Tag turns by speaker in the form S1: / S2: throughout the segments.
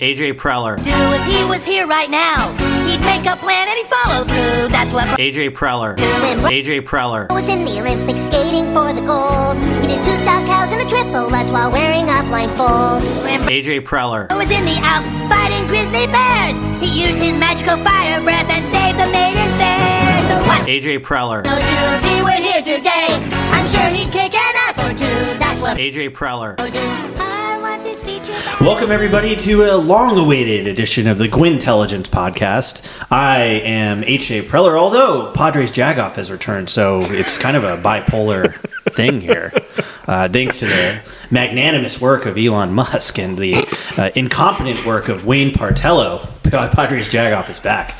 S1: AJ Preller.
S2: do if he was here right now. He'd make a plan and he'd follow through. That's what
S1: AJ Preller.
S2: Brooklyn Bro-
S1: AJ Preller.
S2: was in the Olympics skating for the gold. He did two stout cows and a triple. That's while wearing a blindfold. Brooklyn
S1: AJ Preller.
S2: Bro was in the Alps fighting grizzly bears. He used his magical fire breath and saved the maiden's fair. So what
S1: AJ Preller.
S2: knows you if he were here today? I'm sure he'd kick an ass or two. That's what
S1: AJ Preller.
S2: Bro do. I want this feature back.
S3: Welcome, everybody, to a long awaited edition of the Gwintelligence podcast. I am H.J. Preller, although Padres Jagoff has returned, so it's kind of a bipolar thing here. Uh, thanks to the magnanimous work of Elon Musk and the uh, incompetent work of Wayne Partello, Padres Jagoff is back.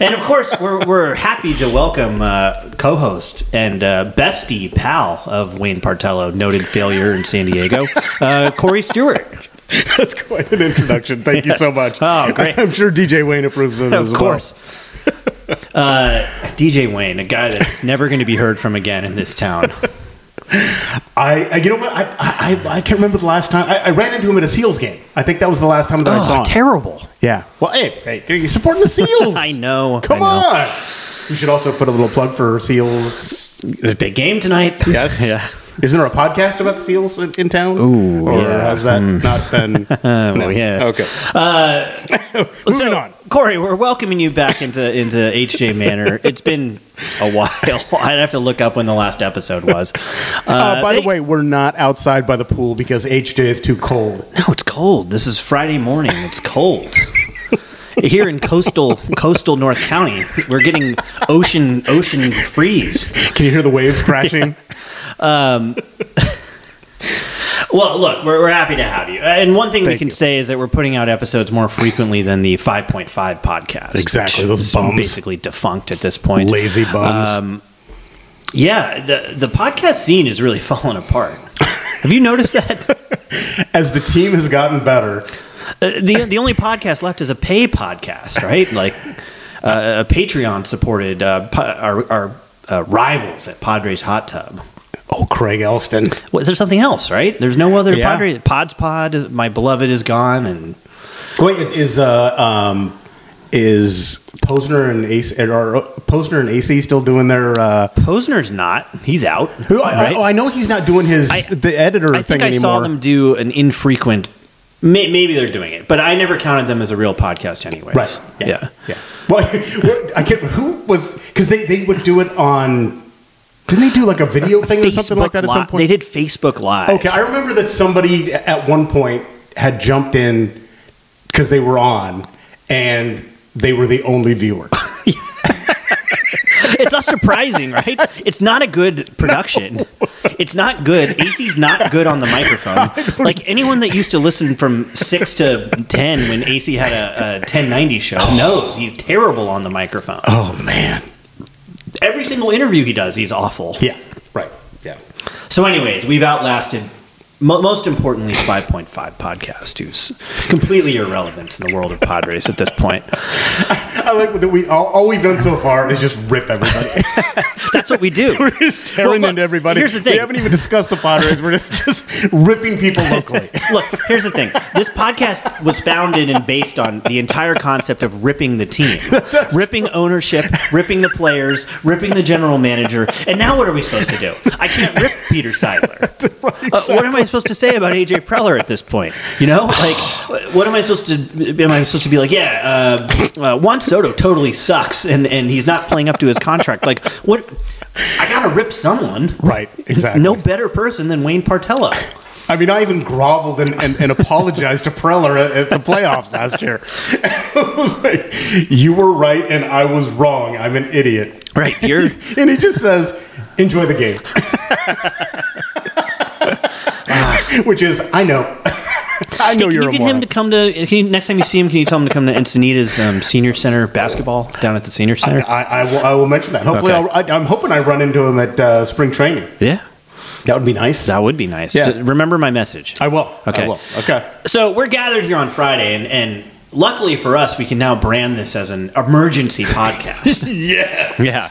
S3: And of course, we're, we're happy to welcome uh, co host and uh, bestie pal of Wayne Partello, noted failure in San Diego, uh, Corey Stewart.
S4: That's quite an introduction. Thank you so much.
S3: Oh, great.
S4: I'm sure DJ Wayne approves of it as
S3: of course. uh, DJ Wayne, a guy that's never going to be heard from again in this town.
S4: well. I, I, you know what? I, I, I- I can't remember the last time. I, I ran into him at a Seals game. I think that was the last time that I saw him.
S3: terrible.
S4: yeah. Well, hey, hey, dude, you're supporting the Seals.
S3: I know. I
S4: Come
S3: know.
S4: on. We should also put a little plug for Seals.
S3: There's a big game tonight.
S4: Yes.
S3: yeah.
S4: Isn't there a podcast about the Seals in, in town?
S3: Ooh,
S4: Or
S3: yeah. Hmm.
S4: has that not been?
S3: Oh, yeah.
S4: Okay. Moving on.
S3: Corey, we're welcoming you back into into HJ Manor. It's been a while. I'd have to look up when the last episode was. Uh,
S4: Uh, by
S3: thank-
S4: the way, we're not outside by the pool because HJ is too cold.
S3: no, it's cold. This is Friday morning. It's cold. Here in coastal coastal North County, we're getting ocean ocean freeze.
S4: Can you hear the waves crashing?
S3: Well, look, we're, we're happy to have you. Uh, And one thing we
S4: Thank
S3: can
S4: you.
S3: say is that we're putting out episodes more frequently than the 5.5 podcast.
S4: Exactly,
S3: which
S4: those
S3: is
S4: bums.
S3: basically defunct at this point. Um,
S4: Lazy bums.
S3: Yeah, the, the podcast scene is really falling apart. Have you noticed that?
S4: As the team has gotten better,
S3: Uh, the, the only podcast left is a pay podcast, right? Like uh, a Patreon supported uh, po- our, our uh, rivals at Padres Hot Tub.
S4: oh, Craig Elston.
S3: Well, there's something else, right? There's no other
S4: Yeah.
S3: Padres. Pods Pod, my beloved is gone, and
S4: Wait, is uh, um, is Posner and Ace are uh, Posner and AC still doing their? Uh,
S3: Posner's not. He's out.
S4: who, I- I, oh, I know he's not doing his
S3: I-
S4: the editor
S3: I
S4: thing
S3: think I
S4: anymore.
S3: saw them do an infrequent. May, maybe they're doing it, but I never counted them as a real podcast, anyway.
S4: Right.
S3: Yeah.
S4: Yeah. yeah. Well, I can't. Who was? Because they they would do it on. Didn't they do like a video thing or something like that at
S3: Li-
S4: some point?
S3: They did Facebook Live.
S4: Okay, I remember that somebody at one point had jumped in because they were on, and they were the only viewer.
S3: it's not surprising, right? It's not a good production. It's not good. AC's not good on the microphone. Like anyone that used to listen from six to ten when AC had a, a 1090 show knows he's terrible on the microphone.
S4: oh man!
S3: Every single interview he does, he's awful.
S4: Yeah, right. Yeah.
S3: So, anyways, we've outlasted. mo- Most importantly, 5.5 podcast, who's completely irrelevant in the world of Padres at this point.
S4: I like that we all, all we've done so far is just rip everybody,
S3: That's what we do.
S4: we're just tearing
S3: Well, look,
S4: into everybody.
S3: here's the thing.
S4: we haven't even discussed the Padres. We're just, just ripping people locally.
S3: Look, here's the thing. This podcast was founded and based on the entire concept of ripping the team, ripping ownership, ripping the players, ripping the general manager. And now what are we supposed to do? I can't rip Peter Seidler. Uh, what am I supposed to say about AJ Preller at this point? You know, like, what am I supposed to? Am I supposed to be like, yeah, uh, uh, Juan Soto totally sucks, and and he's not playing up to his contract. Like, what? I gotta rip someone.
S4: right. Exactly.
S3: No better person than Wayne Partella.
S4: I mean, I even groveled and, and, and apologized to Preller at, at the playoffs last year. I was like, you were right and I was wrong. I'm an idiot.
S3: Right, you're.
S4: And he just says, enjoy the game. Which is, I know. I know
S3: Can
S4: you're
S3: you
S4: a
S3: get
S4: moron.
S3: him to come to can you, next time you see him? Can you tell him to come to Encinitas um, Senior Center basketball down at the Senior Center?
S4: I, I, will, I will mention that. Hopefully,
S3: Okay.
S4: I'll, I, I'm hoping I run into him at uh, spring training.
S3: yeah,
S4: That would be nice.
S3: that would be nice.
S4: Yeah.
S3: D- Remember my message.
S4: I will.
S3: Okay.
S4: I will. Okay.
S3: So we're gathered here on Friday, and, and luckily for us, we can now brand this as an emergency podcast.
S4: Yeah.
S3: yeah.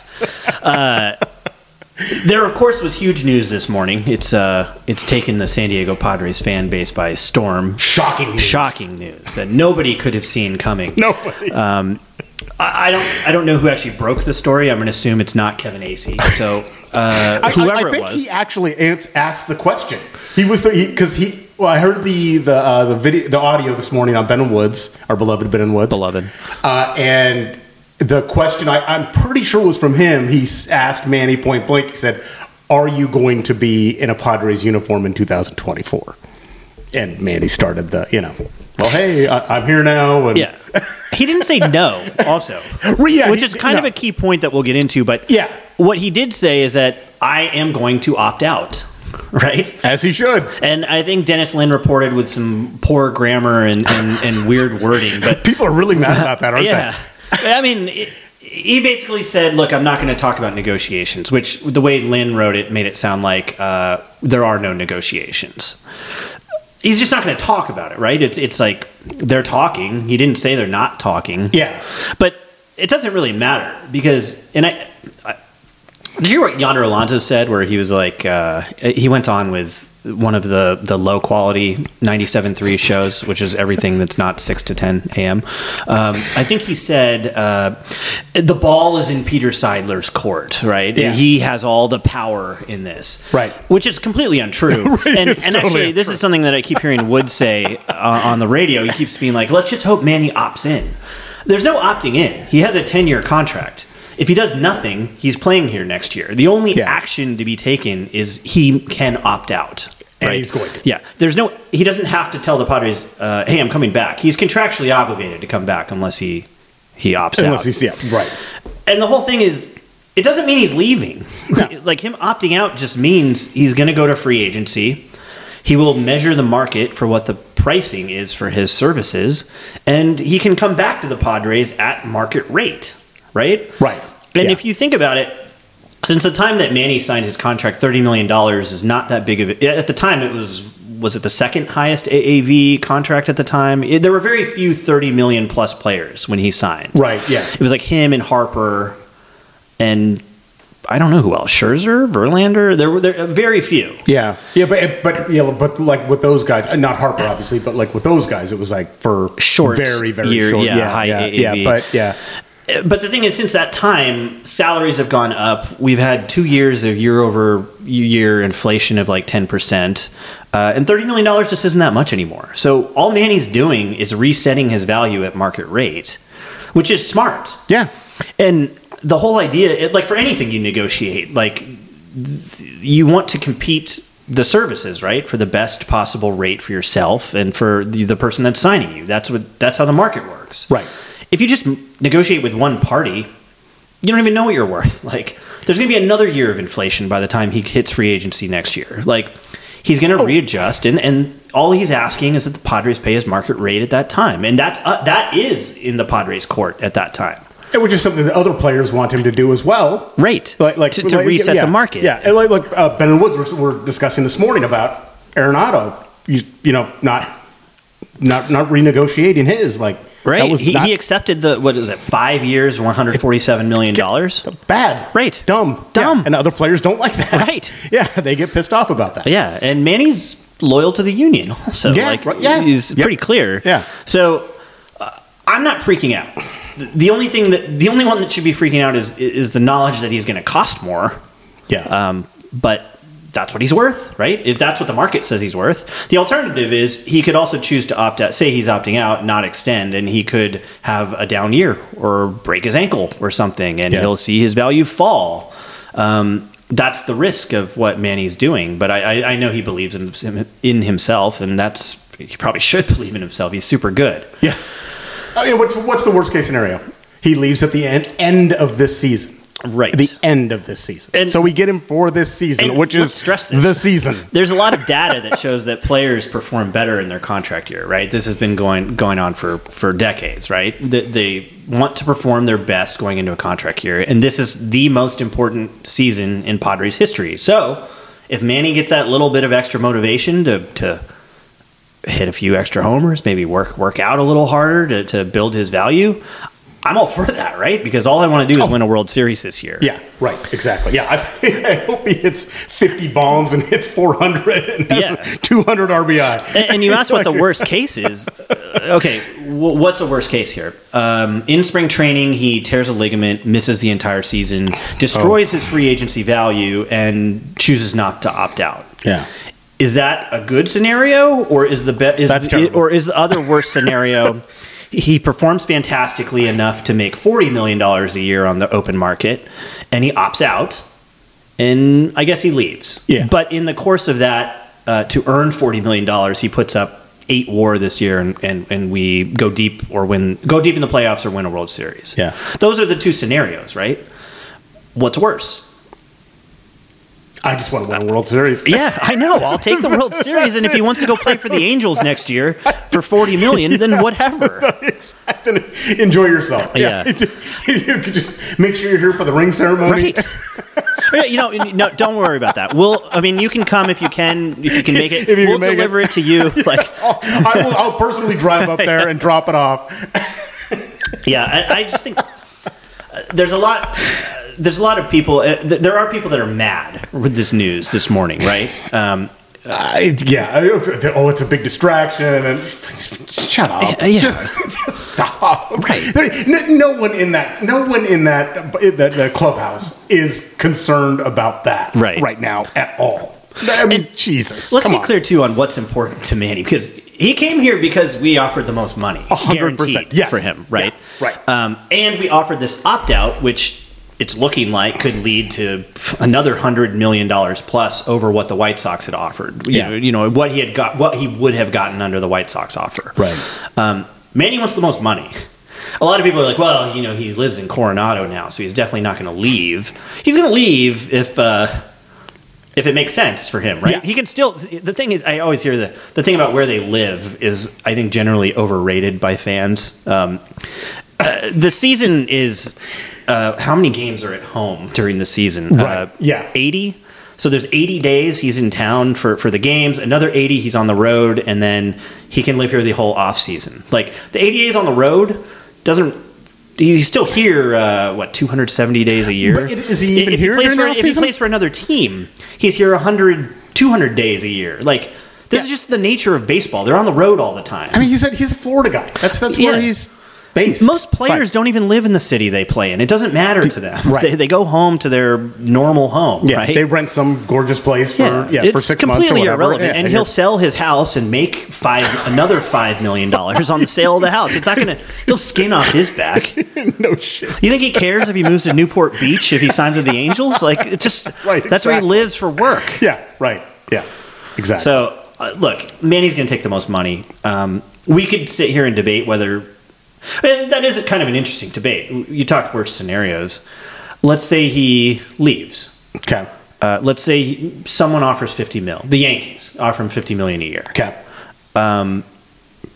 S3: Uh, There, of course, was huge news this morning. It's uh, it's taken the San Diego Padres fan base by storm.
S4: Shocking news. Uh,
S3: Shocking news that nobody could have seen coming.
S4: Nobody.
S3: Um, I, I don't. I don't know who actually broke the story. I'm going to assume it's not Kevin Acey. So uh,
S4: I-
S3: whoever
S4: I, I
S3: it
S4: think
S3: was,
S4: he actually ans- asked the question. He was the because he, Well, I heard the the uh, the video the audio this morning on Ben and Woods, our beloved Ben and Woods,
S3: Beloved.
S4: uh, and the question I, I'm pretty sure was from him. He s- asked Manny point blank. He said, "Are you going to be in a Padres uniform in 2024?" And Manny started the you know. Well, hey, I, I'm here now. And
S3: yeah, he didn't say no. Also,
S4: Re- yeah,
S3: which
S4: he-
S3: is kind of
S4: no.
S3: a key point that we'll get into. But
S4: Yeah.
S3: what he did say is that I am going to opt out. Right.
S4: as he should.
S3: And I think Dennis Lynn reported with some poor grammar and, and, and weird wording, but
S4: People are really mad about that, aren't
S3: yeah. But, I mean, it, he basically said, "Look, I'm not going to talk about negotiations," which the way Lynn wrote it made it sound like uh, there are no negotiations. He's just not going to talk about it, right? It's it's like they're talking. He didn't say they're not talking.
S4: they? Yeah.
S3: but it doesn't really matter because and I. I did you hear what Yonder Alonso said? Where he was like, uh, he went on with one of the, the low quality 97.3 shows, which is everything that's not 6 to 10 a.m. Um, I think he said, uh, the ball is in Peter Seidler's court, right?
S4: Yeah.
S3: He has all the power in this.
S4: Right.
S3: Which is completely untrue. and and
S4: it's totally
S3: actually, this is something that I keep hearing Wood say uh, on the radio. He keeps being like, let's just hope Manny opts in. There's no opting in. He has a 10 year contract. If he does nothing, he's playing here next year. The only
S4: Yeah.
S3: action to be taken is he can opt out.
S4: And he's going to.
S3: Yeah. There's no, he doesn't have to tell the Padres, uh, hey, I'm coming back. He's contractually obligated to come back unless he, he opts out.
S4: Unless he's yeah, right.
S3: And the whole thing is, it doesn't mean he's leaving. like him opting out just means he's going to go to free agency. He will measure the market for what the pricing is for his services, and he can come back to the Padres at market rate, right?
S4: Right.
S3: And
S4: Yeah.
S3: if you think about it, since the time that Manny signed his contract, thirty million dollars is not that big of. A, at the time, it was was it the second highest AAV contract at the time? It- there were very few thirty million plus players when he signed.
S4: Right, yeah.
S3: It was like him and Harper, and I don't know who else. Scherzer, Verlander. There were there uh, very few.
S4: Yeah, yeah, but but yeah, but like with those guys, uh, not Harper obviously, but like with those guys, it was like for
S3: Short
S4: very very
S3: year-
S4: short,
S3: yeah, high
S4: yeah,
S3: AAV.
S4: yeah, but yeah,
S3: but the thing is, since that time, salaries have gone up. We've had two years of year over year inflation of like 10%. Uh, and $30 million just isn't that much anymore. So all Manny's doing is resetting his value at market rate, which is smart.
S4: yeah,
S3: And the whole idea, it, like for anything you negotiate, like th- you want to compete the services right for the best possible rate for yourself and for the, the person that's signing you. That's what that's how the market works.
S4: Right.
S3: If you just m- negotiate with one party, you don't even know what you're worth. Like there's going to be another year of inflation by the time he hits free agency next year. Like he's going to readjust and and all he's asking is that the Padres pay his market rate at that time. And that's uh, that is in the Padres court at that time.
S4: and which is something that other players want him to do as well,
S3: Right.
S4: Like like
S3: to, to
S4: like,
S3: reset
S4: yeah,
S3: the market.
S4: yeah, and like like uh, Ben and Woods were, were discussing this morning about Arenado, you, you know, not not not renegotiating his like
S3: Right.
S4: that was
S3: he,
S4: not
S3: he accepted the what is it? 5 years, 147 million dollars.
S4: bad,
S3: Right.
S4: dumb,
S3: Dumb.
S4: yeah, and other players don't like that,
S3: Right.
S4: Yeah, they get pissed off about that.
S3: Yeah, and Manny's loyal to the union also.
S4: Yeah,
S3: like
S4: right, yeah.
S3: he's
S4: Yep.
S3: pretty clear.
S4: Yeah.
S3: So uh, I'm not freaking out. The- The only thing that the only one that should be freaking out is is the knowledge that he's going to cost more.
S4: Yeah.
S3: Um, but that's what he's worth, right? If that's what the market says he's worth. The alternative is he could also choose to opt out, say he's opting out, not extend, and he could have a down year or break his ankle or something, and
S4: Yeah.
S3: he'll see his value fall. Um, that's the risk of what Manny's doing, but I, I, I know he believes in, in himself, and that's he probably should believe in himself. He's super good.
S4: Oh, Yeah. I mean, what's what's the worst case scenario? He leaves at the end end of this season.
S3: Right.
S4: The end of this season.
S3: And-
S4: so we get him for this season,
S3: And
S4: which
S3: let's
S4: is
S3: stress this.
S4: the season.
S3: There's a lot of data that shows that players perform better in their contract year, right? This has been going going on for for decades, right? That they want to perform their best going into a contract year, and this is the most important season in Padres history. So, if Manny gets that little bit of extra motivation to to hit a few extra homers, maybe work work out a little harder to, to build his value, I'm all for that, right? Because all I want to do is win a World Series this year.
S4: Yeah, right, exactly. Yeah, I, I hope he hits 50 bombs and hits 400 and has
S3: Yeah.
S4: 200 RBI.
S3: And, and you asked what the worst case is. Uh, okay, w- what's the worst case here? Um, in spring training, he tears a ligament, misses the entire season, destroys his free agency value, and chooses not to opt out.
S4: Yeah.
S3: Is that a good scenario, or is the be- is
S4: That's
S3: the-
S4: terrible.
S3: or is the other worst scenario? he performs fantastically enough to make forty million dollars a year on the open market, and he opts out, and I guess he leaves.
S4: Yeah.
S3: But in the course of that, uh, to earn forty million dollars, he puts up eight WAR this year, and, and and we go deep or win go deep in the playoffs or win a World Series.
S4: Yeah.
S3: Those are the two scenarios, right? What's worse?
S4: I just want to win a World Series.
S3: Yeah, I know. I'll take the World Series, and if he wants to go play for the Angels next year for forty million, then whatever.
S4: Exactly. Enjoy yourself.
S3: Yeah.
S4: you could just make sure you're here for the ring ceremony.
S3: Right? Yeah, You know, no, don't worry about that. We'll, I mean, you can come if you can, if you can make it.
S4: If you
S3: we'll
S4: can make it.
S3: deliver it. to you. Like,
S4: I'll, I will, I'll personally drive up there and drop it off.
S3: yeah, I, I just think uh, there's a lot. uh, There's a lot of people. Uh, th- there are people that are mad with this news this morning, right? Um,
S4: I, Uh, yeah. I- Oh, it's a big distraction. And shut up.
S3: Yeah, yeah.
S4: Just, just stop.
S3: Right.
S4: There, no, no one in that. No one in that in that, that clubhouse is concerned about that.
S3: Right.
S4: Right now at all. I mean, Jesus.
S3: Let's
S4: come
S3: be
S4: on.
S3: clear too on what's important to Manny because he came here because we offered the most money,
S4: hundred percent.
S3: guaranteed
S4: Yes.
S3: for him, right?
S4: Yeah, right.
S3: Um, and we offered this opt out, which it's looking like could lead to pff, another hundred million dollars plus over what the White Sox had offered. You
S4: Yeah.
S3: know, you know what he had got, what he would have gotten under the White Sox offer.
S4: Right.
S3: Um, Manny wants the most money. A lot of people are like, well, you know, he lives in Coronado now, so he's definitely not going to leave. He's going to leave if. Uh, if it makes sense for him, right?
S4: Yeah.
S3: He can still. The thing is, I always hear the the thing about where they live is, I think, generally overrated by fans. Um, uh, the season is uh, how many games are at home during the season? Uh,
S4: Right. Yeah.
S3: eighty. So there's 80 days he's in town for, for the games. Another 80 he's on the road, and then he can live here the whole off season. Like the 80 days on the road doesn't. He's still here. Uh, what 270 days a year?
S4: But it- is he even
S3: if
S4: here
S3: plays
S4: during
S3: for,
S4: the
S3: If he
S4: offseason?
S3: plays for another team, he's here 100, 200 days a year. Like this is
S4: Yeah.
S3: just the nature of baseball. They're on the road all the time.
S4: I mean, he said he's a Florida guy. That's that's where
S3: Yeah.
S4: he's based.
S3: Most players don't even live in the city they play in. It doesn't matter to them.
S4: Right.
S3: They, they go home to their normal home.
S4: Yeah,
S3: right?
S4: they rent some gorgeous place for yeah, for
S3: it's
S4: six months.
S3: completely
S4: or whatever.
S3: irrelevant,
S4: Yeah,
S3: and
S4: I
S3: he'll
S4: hear-
S3: sell his house and make five another five million dollars on the sale of the house. It's not gonna. He'll skin off his back. You
S4: no shit.
S3: think he cares if he moves to Newport Beach if he signs with the Angels? Like it just
S4: Right,
S3: that's where he
S4: exactly.
S3: lives for work.
S4: Yeah, right. Yeah, exactly.
S3: So, uh, look, Manny's going to take the most money. Um, we could sit here and debate whether and that is kind of an interesting debate. You talked worst scenarios. Let's say he leaves.
S4: okay,
S3: Uh, let's say he- someone offers fifty mil. The Yankees offer him fifty million a year.
S4: okay. Um, and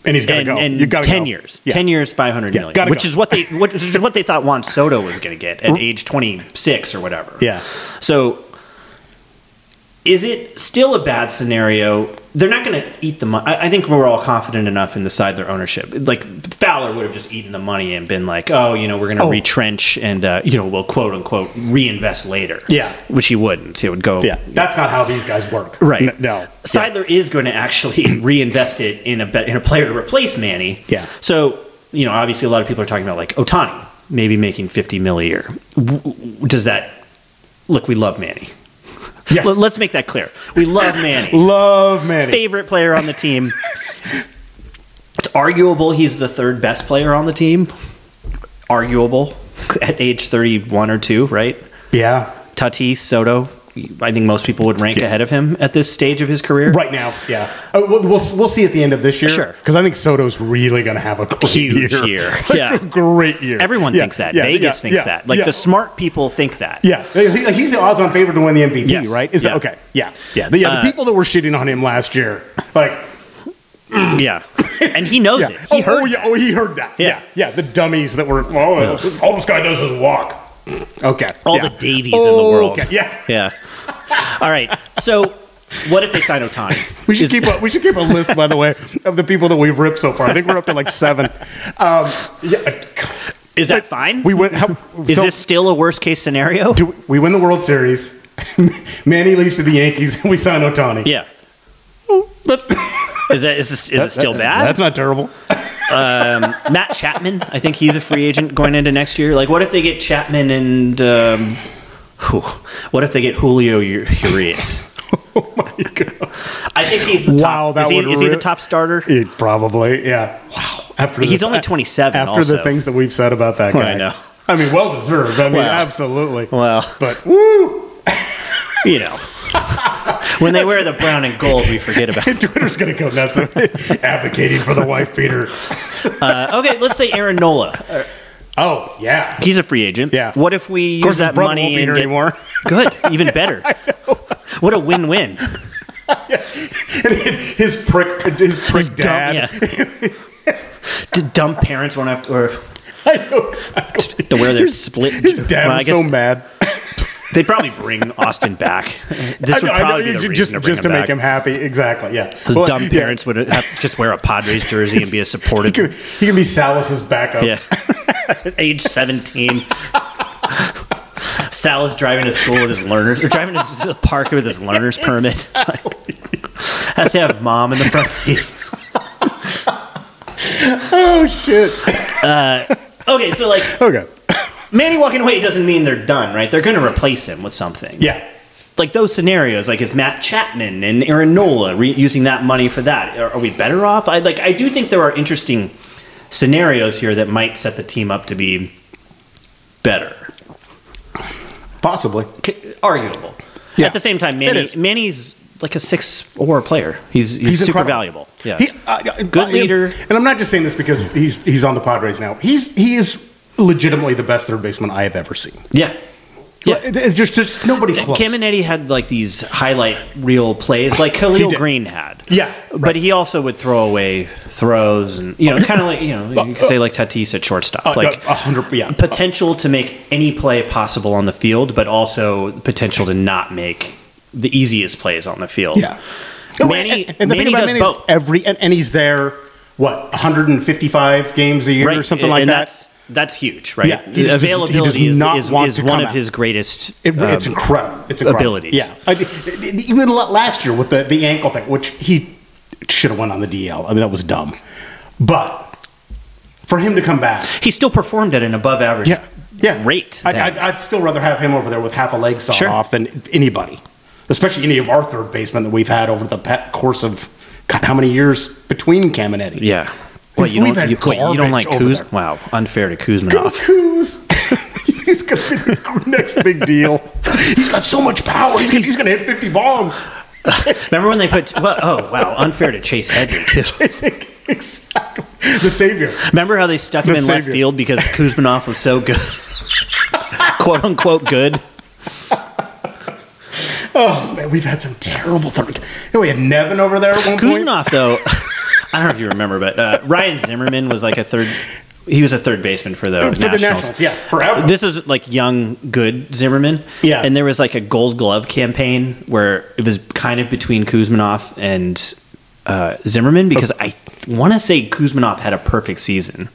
S4: he's gotta
S3: And,
S4: go.
S3: and
S4: you gotta
S3: ten
S4: go.
S3: years,
S4: Yeah.
S3: ten years, five hundred
S4: Yeah,
S3: million,
S4: gotta
S3: which
S4: go.
S3: is what they which is what they thought Juan Soto was going to get at age twenty six or whatever.
S4: Yeah.
S3: So, is it still a bad scenario? They're not going to eat the money. I, I think we're all confident enough in the Seidler ownership. Like Fowler would have just eaten the money and been like, "Oh, you know, we're going to
S4: Oh.
S3: retrench and uh, you know, we'll quote unquote reinvest later."
S4: Yeah.
S3: which he wouldn't. He would go.
S4: Yeah, that's not how these guys work.
S3: Right.
S4: N- no.
S3: Seidler is going to actually reinvest it in a bet- in a player to replace Manny.
S4: Yeah.
S3: So you know, obviously, a lot of people are talking about like Otani maybe making fifty mil a year. W- w- Does that look? We love Manny.
S4: Yeah.
S3: Let- Let's make that clear. We love Manny.
S4: Love Manny.
S3: Favorite player on the team. It's arguable he's the third best player on the team. Arguable at age thirty-one or two, right?
S4: yeah.
S3: Tatis, Soto. I think most people would rank
S4: Yeah.
S3: ahead of him at this stage of his career.
S4: Right now, yeah. Uh, we'll, we'll we'll see at the end of this year.
S3: Sure.
S4: Because I think Soto's really going to have a great
S3: Huge
S4: year.
S3: year.
S4: Like
S3: Yeah.
S4: a great year.
S3: Everyone
S4: Yeah,
S3: thinks that.
S4: yeah,
S3: Vegas
S4: yeah,
S3: thinks
S4: yeah,
S3: that. Like
S4: yeah.
S3: the smart people think that.
S4: Yeah, He- he's the odds-on favorite to win the MVP,
S3: Yes.
S4: right? Is
S3: Yeah.
S4: that okay? Yeah, yeah. The, yeah, the
S3: Uh,
S4: people that were shitting on him last year, like,
S3: Yeah. And he knows
S4: yeah.
S3: it. He
S4: oh,
S3: heard
S4: oh, yeah, oh, he heard that.
S3: Yeah.
S4: Yeah. yeah, the dummies that were, oh, all this guy does is walk. Okay,
S3: all
S4: yeah. Oh,
S3: the Davies in the world.
S4: Okay. Yeah,
S3: Oh, Yeah. All right. So what if they sign Otani?
S4: we should
S3: Is-
S4: keep a, we should keep a list, by the way, of the people that we've ripped so far. I think we're up to like seven. Um, yeah,
S3: Is that fine?
S4: Uh, We went. How,
S3: Is
S4: so-
S3: this still a worst case scenario?
S4: Do we win the World Series? Manny leaves to the Yankees, and we sign Otani.
S3: yeah. is that is this, is it still bad?
S4: That's not terrible.
S3: Matt Chapman, I think he's a free agent going into next year. Like, what if they get Chapman and um, who? What if they get Julio U- Urias?
S4: Oh my god!
S3: I think he's the top.
S4: Wow, that
S3: is, he,
S4: would
S3: is he the
S4: ri-
S3: top starter?
S4: It probably, yeah. Wow. After
S3: He's
S4: this-
S3: only 27
S4: After
S3: also.
S4: the things that we've said about that
S3: I
S4: guy,
S3: know.
S4: I mean, well deserved. I mean,
S3: Well.
S4: absolutely.
S3: Well,
S4: But woo!
S3: you know, when they wear the brown and gold, we forget about. it.
S4: Twitter's gonna go nuts advocating for the wife beater.
S3: Uh, okay, let's say Aaron Nola.
S4: Oh yeah.
S3: He's a free agent.
S4: Yeah.
S3: What if we
S4: Of course,
S3: use
S4: his
S3: that
S4: brother
S3: money
S4: won't be
S3: and
S4: here
S3: get-
S4: anymore.
S3: good, even better. What a win-win.
S4: And his prick, his prick
S3: Dumb-
S4: dad.
S3: yeah. D- dumb parents won't have to, or
S4: I know exactly.
S3: to wear their split.
S4: His dad
S3: Well, I
S4: was
S3: guess
S4: so mad.
S3: They'd probably bring Austin back. This
S4: I
S3: would
S4: know- I know,
S3: probably be the
S4: ju-
S3: reason
S4: just
S3: to bring
S4: just to
S3: him
S4: make
S3: back.
S4: him happy. Exactly. Yeah.
S3: His
S4: Well,
S3: dumb
S4: yeah.
S3: parents would have, just wear a Padres jersey and be a
S4: He
S3: supportive.
S4: could, he could be Salas's backup.
S3: Yeah. Age 17. Sal is driving to school with his learners, or driving to the park with his learner's permit. Has to have mom in the front seat.
S4: Oh shit.
S3: Okay, so like
S4: Okay.
S3: Manny walking away doesn't mean they're done, right? They're going to replace him with something.
S4: Yeah.
S3: Like those scenarios, like is Matt Chapman and Aaron Nola re- using that money for that? Are, are we better off? I like. I do think there are interesting scenarios here that might set the team up to be better,
S4: Possibly.
S3: C- arguable.
S4: Yeah.
S3: At the same time,
S4: It
S3: Manny
S4: is.
S3: Manny's like a six or player. He's he's, super
S4: incredible.
S3: valuable. Yeah.
S4: He- uh, I- I-
S3: Good
S4: I-
S3: leader.
S4: And I'm not just saying this because he's he's on the Padres now. He's he is legitimately the best third baseman I have ever seen.
S3: yeah. Yeah.
S4: Like, It's just, just nobody close.
S3: Kim and Eddie had like these highlight reel plays, like Khalil
S4: did.
S3: Green had.
S4: yeah.
S3: But he also would throw away throws and you know, kind of like you know, you could say like Tatis at shortstop,
S4: Uh,
S3: like
S4: uh, 100 yeah.
S3: potential to make any play possible on the field, but also potential to not make the easiest plays on the field.
S4: Yeah. No,
S3: Manny-
S4: and, and the
S3: Manny
S4: thing about
S3: does
S4: Manny is
S3: both.
S4: every and, and he's there what 155 games a year or something
S3: and
S4: like that.
S3: That's, that's huge, right?
S4: Yeah, he just doesn't- he does
S3: Availability is,
S4: not
S3: is,
S4: want
S3: is
S4: to
S3: one
S4: come
S3: of
S4: out.
S3: his greatest.
S4: It, it's
S3: um,
S4: incredible. It's incredible.
S3: abilities.
S4: Yeah, I, even la- last year with the, the ankle thing, which he should have went on the DL. I mean, that was dumb. But for him to come back,
S3: he still performed at an above average.
S4: yeah, yeah,
S3: Rate
S4: I'd,
S3: then.
S4: I'd, I'd still rather have him over there with half a leg sawn
S3: Sure.
S4: off than anybody, especially any of our third basemen that we've had over the pa- course of God, how many years between Cam and Eddie?
S3: yeah.
S4: If
S3: What you
S4: we've
S3: don't,
S4: had
S3: you, wait, you don't like
S4: garbage over
S3: Kuz?
S4: there.
S3: Wow, unfair to Kuzminov.
S4: Kuz. He's gonna be the next big deal. He's got so much power. He's, gonna- he's gonna hit fifty bombs.
S3: Remember when they put? Well, oh wow, unfair to Chase Edmond too.
S4: exactly. The savior.
S3: Remember how they stuck him
S4: The
S3: in left
S4: savior.
S3: field because Kuzminov was so good, quote unquote good.
S4: Oh man, we've had some terrible third. Yeah, we had Nevin over there at one point.
S3: Kuzminov though, I don't know if you remember, but uh, Ryan Zimmerman was like a third. He was a third baseman for the
S4: For the
S3: Nationals.
S4: Nationals, yeah, forever.
S3: This is like young, good Zimmerman.
S4: Yeah.
S3: and there was like a Gold Glove campaign where it was kind of between Kuzminov and uh, Zimmerman because I want to say Kuzminov had a perfect season.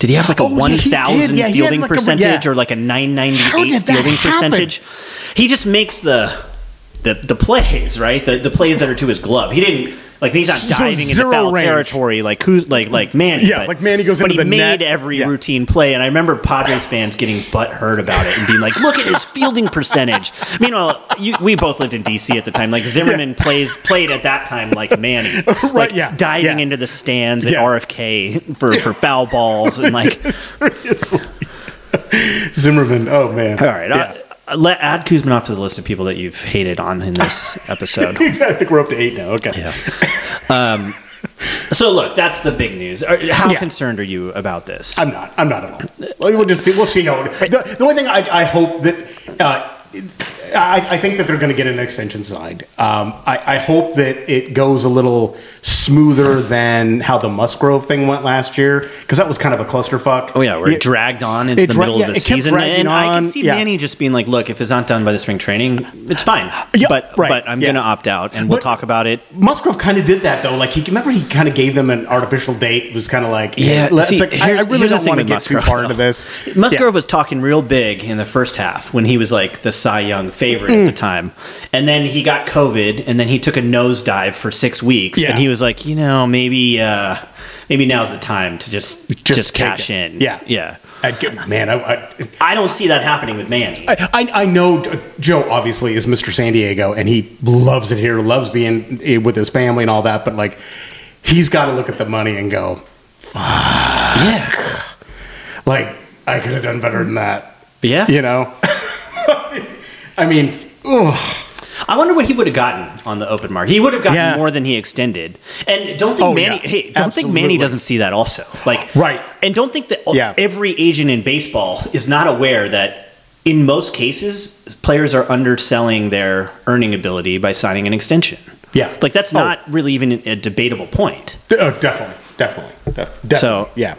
S3: Did he have like a
S4: Oh, yeah,
S3: one
S4: he did.
S3: thousand
S4: Yeah, he had,
S3: fielding
S4: like, a-
S3: percentage
S4: yeah.
S3: or like a nine ninety
S4: How
S3: eight
S4: did that
S3: fielding
S4: happen?
S3: percentage? He just makes the the the plays right, the the plays that are to his glove. He didn't like he's not
S4: So
S3: diving into
S4: zero
S3: foul
S4: range.
S3: territory like who's like like Manny.
S4: Yeah, like Manny goes
S3: but
S4: into
S3: he
S4: the
S3: made
S4: net.
S3: every
S4: Yeah.
S3: routine play, and I remember Padres fans getting butt hurt about it and being like, "Look at his fielding percentage." Meanwhile, you, we both lived in DC at the time. Like Zimmerman plays played at that time like Manny,
S4: Right,
S3: like
S4: yeah,
S3: diving
S4: yeah.
S3: into the stands at
S4: Yeah.
S3: RFK for for foul balls and like.
S4: Seriously. Zimmerman. Oh man.
S3: All right,
S4: Yeah.
S3: I, let add Kuzminov to the list of people that you've hated on in this episode.
S4: Exactly. I think we're up to eight now. Okay.
S3: Yeah. Um, so look, that's the big news. Are- How
S4: Yeah.
S3: concerned are you about this?
S4: I'm not. I'm not at all. We'll just see. We'll see how. It, the, the only thing I, I hope that uh, I, I think that they're going to get an extension signed. Um, I, I hope that it goes a little smoother than how the Musgrove thing went last year because that was kind of a clusterfuck.
S3: Oh yeah, we're dragged on into
S4: It
S3: the
S4: dra-
S3: middle
S4: yeah,
S3: of the
S4: it kept
S3: season,
S4: dragging
S3: and I
S4: on,
S3: can see
S4: yeah.
S3: Manny just being like, "Look, if it's not done by the spring training, it's fine,
S4: Yeah,
S3: but
S4: right,
S3: but I'm
S4: yeah.
S3: going to opt out, and we'll
S4: But-
S3: talk about it."
S4: Musgrove kind of did that though. Like he remember he kind of gave them an artificial date. It was kind of like
S3: Yeah,
S4: let's-
S3: see,
S4: like, I-
S3: here's-
S4: I really
S3: here's the
S4: don't
S3: thing
S4: want to
S3: with
S4: get
S3: Musgrove,
S4: too far
S3: though.
S4: into this.
S3: Musgrove was talking real big in the first half when he was like the Cy Young favorite
S4: Mm.
S3: at the time, and then he got COVID, and then he took a nosedive for six weeks,
S4: Yeah.
S3: and he was like, you know, maybe uh, maybe now's the time to just just,
S4: take
S3: cash
S4: it.
S3: in.
S4: Yeah.
S3: yeah.
S4: I do- man, I, I,
S3: I don't see that happening with Manny.
S4: I, I know Joe obviously is Mr. San Diego and he loves it here, loves being eh, with his family and all that, but like he's got to look at the money and go,
S3: yeah,
S4: like, I could have done better than that,
S3: yeah.
S4: you know? I mean, ugh.
S3: I wonder what he would have gotten on the open market. He would have gotten
S4: Yeah.
S3: more than he extended. And don't think
S4: Oh,
S3: Manny.
S4: yeah.
S3: Hey, don't think
S4: Absolutely.
S3: Manny doesn't see that also. Like
S4: Right.
S3: And don't think that
S4: Yeah.
S3: every agent in baseball is not aware that in most cases players are underselling their earning ability by signing an extension.
S4: Yeah.
S3: Like that's
S4: Oh.
S3: not really even a debatable point.
S4: D- oh, definitely, definitely, def- definitely.
S3: So-
S4: yeah,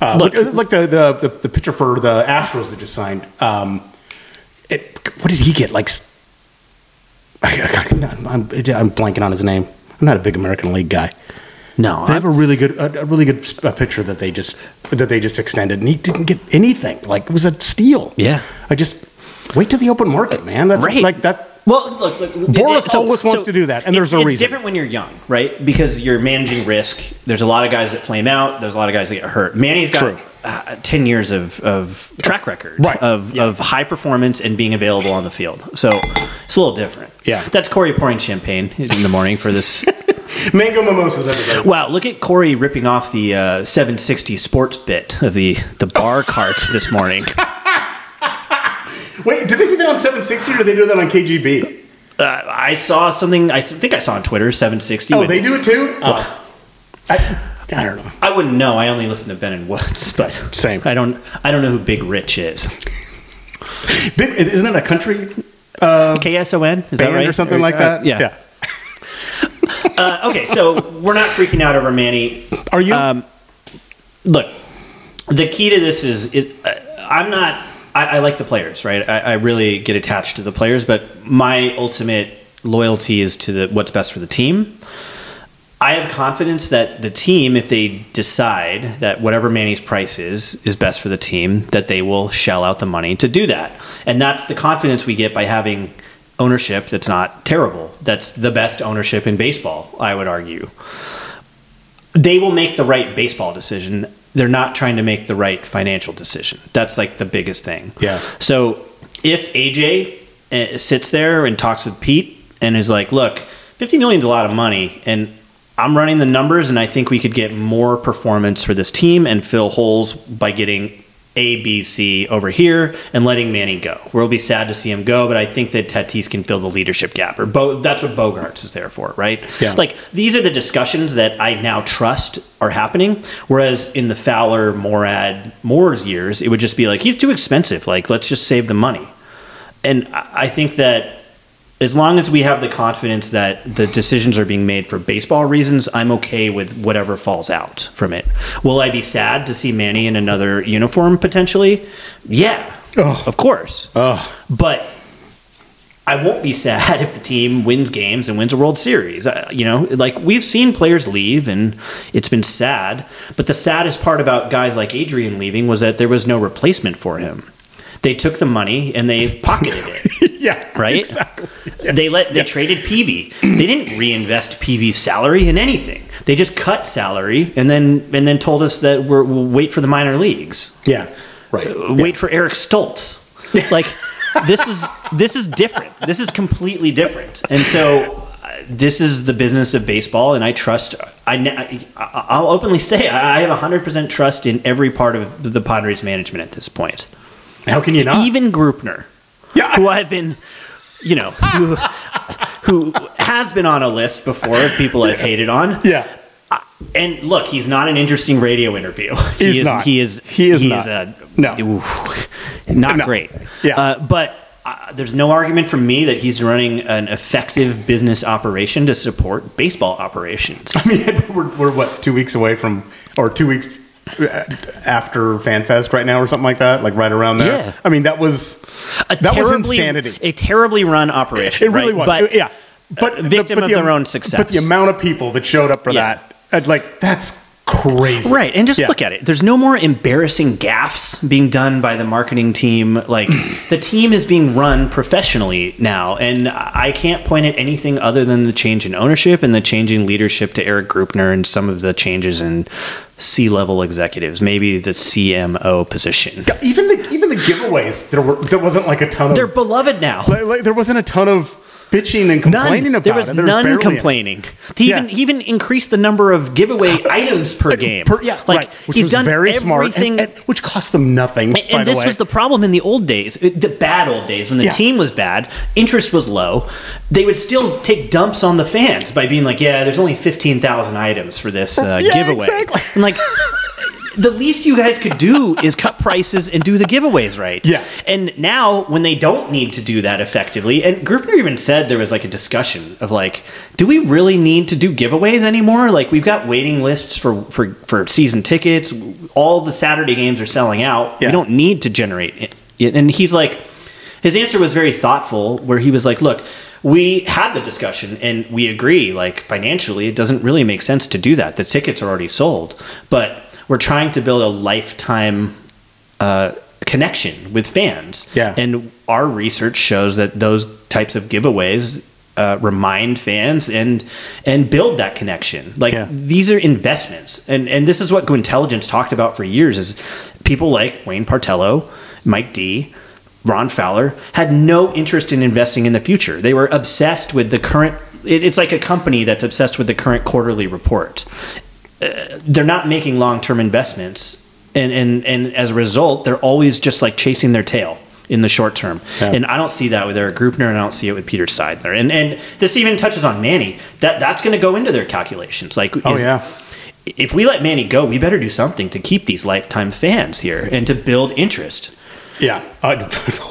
S4: uh,
S3: Look-
S4: like, like the, the the the pitcher for the Astros that just signed. Um, it, what did he get? Like, s- I, am I'm blanking on his name. I'm not a big American League guy.
S3: No.
S4: They have a really good a, a really good s- uh pitcher that they just that they just extended, and he didn't get anything. Like it was a steal.
S3: Yeah.
S4: I just wait till the open market, man. That's
S3: Right.
S4: like that.
S3: Well, look, look
S4: Boris always wants to do that, and
S3: it's-
S4: there's a
S3: it's
S4: reason.
S3: different when you're young, right? Because you're managing risk. There's a lot of guys that flame out. There's a lot of guys that get hurt. Manny's got
S4: True.
S3: uh, ten years of, of track record
S4: Right.
S3: of of high performance and being available on the field. So it's a little different.
S4: Yeah.
S3: that's Corey pouring champagne in the morning for this.
S4: Mango mimosas, everybody.
S3: wow, look at Corey ripping off the uh, 760 sports bit of the the bar carts this morning.
S4: Wait, do they do that on 760 or do they do that on KGB?
S3: Uh, I saw something. I think I saw on Twitter 760.
S4: Oh,
S3: with-
S4: they do it too. Oh. I, I don't know.
S3: I wouldn't know. I only listen to Ben and Woods, but
S4: Same.
S3: I don't. I don't know who Big Rich is.
S4: Big, isn't that a country
S3: KSON is that
S4: Um, band
S3: right
S4: or something like
S3: uh,
S4: that?
S3: yeah. Uh, okay, so we're not freaking out over Manny.
S4: Are you?
S3: Um, Look, the key to this is, is uh, I'm not. I, I like the players, right? I, I really get attached to the players, but my ultimate loyalty is to the what's best for the team. I have confidence that the team, if they decide that whatever Manny's price is, is best for the team, that they will shell out the money to do that. And that's the confidence we get by having ownership that's not terrible. That's the best ownership in baseball, I would argue. They will make the right baseball decision. They're not trying to make the right financial decision. That's like the biggest thing.
S4: Yeah.
S3: So if AJ uh, sits there and talks with Pete and is like, "Look, fifty million is a lot of money, and I'm running the numbers, and I think we could get more performance for this team and fill holes by getting." A, B, C over here, and letting Manny go. We'll be sad to see him go, but I think that Tatis can fill the leadership gap, or Bo- that's what Bogarts is there for, right?
S4: Yeah.
S3: Like these are the discussions that I now trust are happening. Whereas in the Fowler, Morad, Moore's years, it would just be like he's too expensive. Like let's just save the money. And I I think that as long as we have the confidence that the decisions are being made for baseball reasons, I'm okay with whatever falls out from it. Will I be sad to see Manny in another uniform potentially? Yeah,
S4: Ugh.
S3: of course.
S4: Ugh.
S3: But I won't be sad if the team wins games and wins a World Series. Uh, you know, like we've seen players leave and it's been sad. But the saddest part about guys like Adrian leaving was that there was no replacement for him. They took the money and they pocketed it,
S4: yeah.
S3: right?
S4: Exactly.
S3: They let they traded Peavy. They didn't reinvest Peavy's salary in anything. They just cut salary and then and then told us that we're, we'll wait for the minor leagues
S4: Yeah. Right.
S3: Uh, wait for Eric Stoltz. Like this is this is different. This is completely different. And so uh, this is the business of baseball, and I trust. I, ne- I I'll openly say I have hundred percent trust in every part of the Padres management at this point,
S4: How can you not?
S3: even Grupner,
S4: yeah.
S3: who I've been, you know, who, who has been on a list before of people I've hated on.
S4: yeah.
S3: And look, he's not an interesting radio interview.
S4: He's
S3: he is,
S4: not.
S3: He is.
S4: He is not.
S3: a,
S4: No.
S3: oof, not
S4: No.
S3: great.
S4: Yeah.
S3: Uh, but uh, there's no argument from me that he's running an effective business operation to support baseball operations.
S4: I mean, we're, we're what two weeks away from, or two weeks uh, after FanFest right now, or something like that, like right around there.
S3: Yeah.
S4: I mean, that was
S3: A
S4: that was
S3: terribly-
S4: insanity.
S3: A terribly run operation.
S4: It really
S3: right?
S4: was.
S3: But
S4: It- yeah.
S3: uh, victim of their own success.
S4: But the amount of people that showed up for
S3: Yeah.
S4: that, I'd like, that's crazy.
S3: Right, and just
S4: Yeah.
S3: look at it. There's no more embarrassing gaffes being done by the marketing team. Like the team is being run professionally now, and I can't point at anything other than the change in ownership and the change in leadership to Eric Grupner and some of the changes in C-level executives, maybe the CMO position.
S4: Even the even the giveaways, there were there wasn't like a ton of
S3: They're beloved now.
S4: like, like, there wasn't a ton of bitching and complaining
S3: None.
S4: about
S3: There was
S4: it.
S3: none
S4: barely any.
S3: complaining. He even
S4: Yeah.
S3: he even increased the number of giveaway items per game.
S4: Per- yeah,
S3: like
S4: right, which
S3: he's
S4: was
S3: done
S4: very
S3: everything.
S4: smart, and- and- which cost them nothing.
S3: And, and
S4: by
S3: this
S4: the way.
S3: was the problem in the old days, it- the bad old days, when the
S4: Yeah.
S3: team was bad, interest was low. They would still take dumps on the fans by being like, "Yeah, there's only fifteen thousand items for this uh,
S4: Yeah,
S3: giveaway,"
S4: exactly.
S3: and like. The least you guys could do is cut prices and do the giveaways right.
S4: Yeah.
S3: And now, when they don't need to do that effectively, and Grupner even said there was like a discussion of like, do we really need to do giveaways anymore? Like, we've got waiting lists for for for season tickets. All the Saturday games are selling out.
S4: Yeah.
S3: We don't need to generate it. it. And he's like, his answer was very thoughtful, where he was like, look. We had the discussion and we agree, like financially, it doesn't really make sense to do that. The tickets are already sold, but we're trying to build a lifetime uh, connection with fans.
S4: Yeah.
S3: And our research shows that those types of giveaways uh, remind fans and and build that connection. Like
S4: Yeah.
S3: these are investments, and and this is what Intelligence talked about for years. Is people like Wayne Partello, Mike D. Ron Fowler had no interest in investing in the future. They were obsessed with the current. It, it's like a company that's obsessed with the current quarterly report they're not making long term investments, and, and and as a result, they're always just like chasing their tail in the short term.
S4: Yeah.
S3: And I don't see that with Eric Grupner, and I don't see it with Peter Seidler. And and this even touches on Manny. That that's going to go into their calculations. Like,
S4: oh
S3: is-
S4: yeah,
S3: if we let Manny go, we better do something to keep these lifetime fans here and to build interest.
S4: yeah,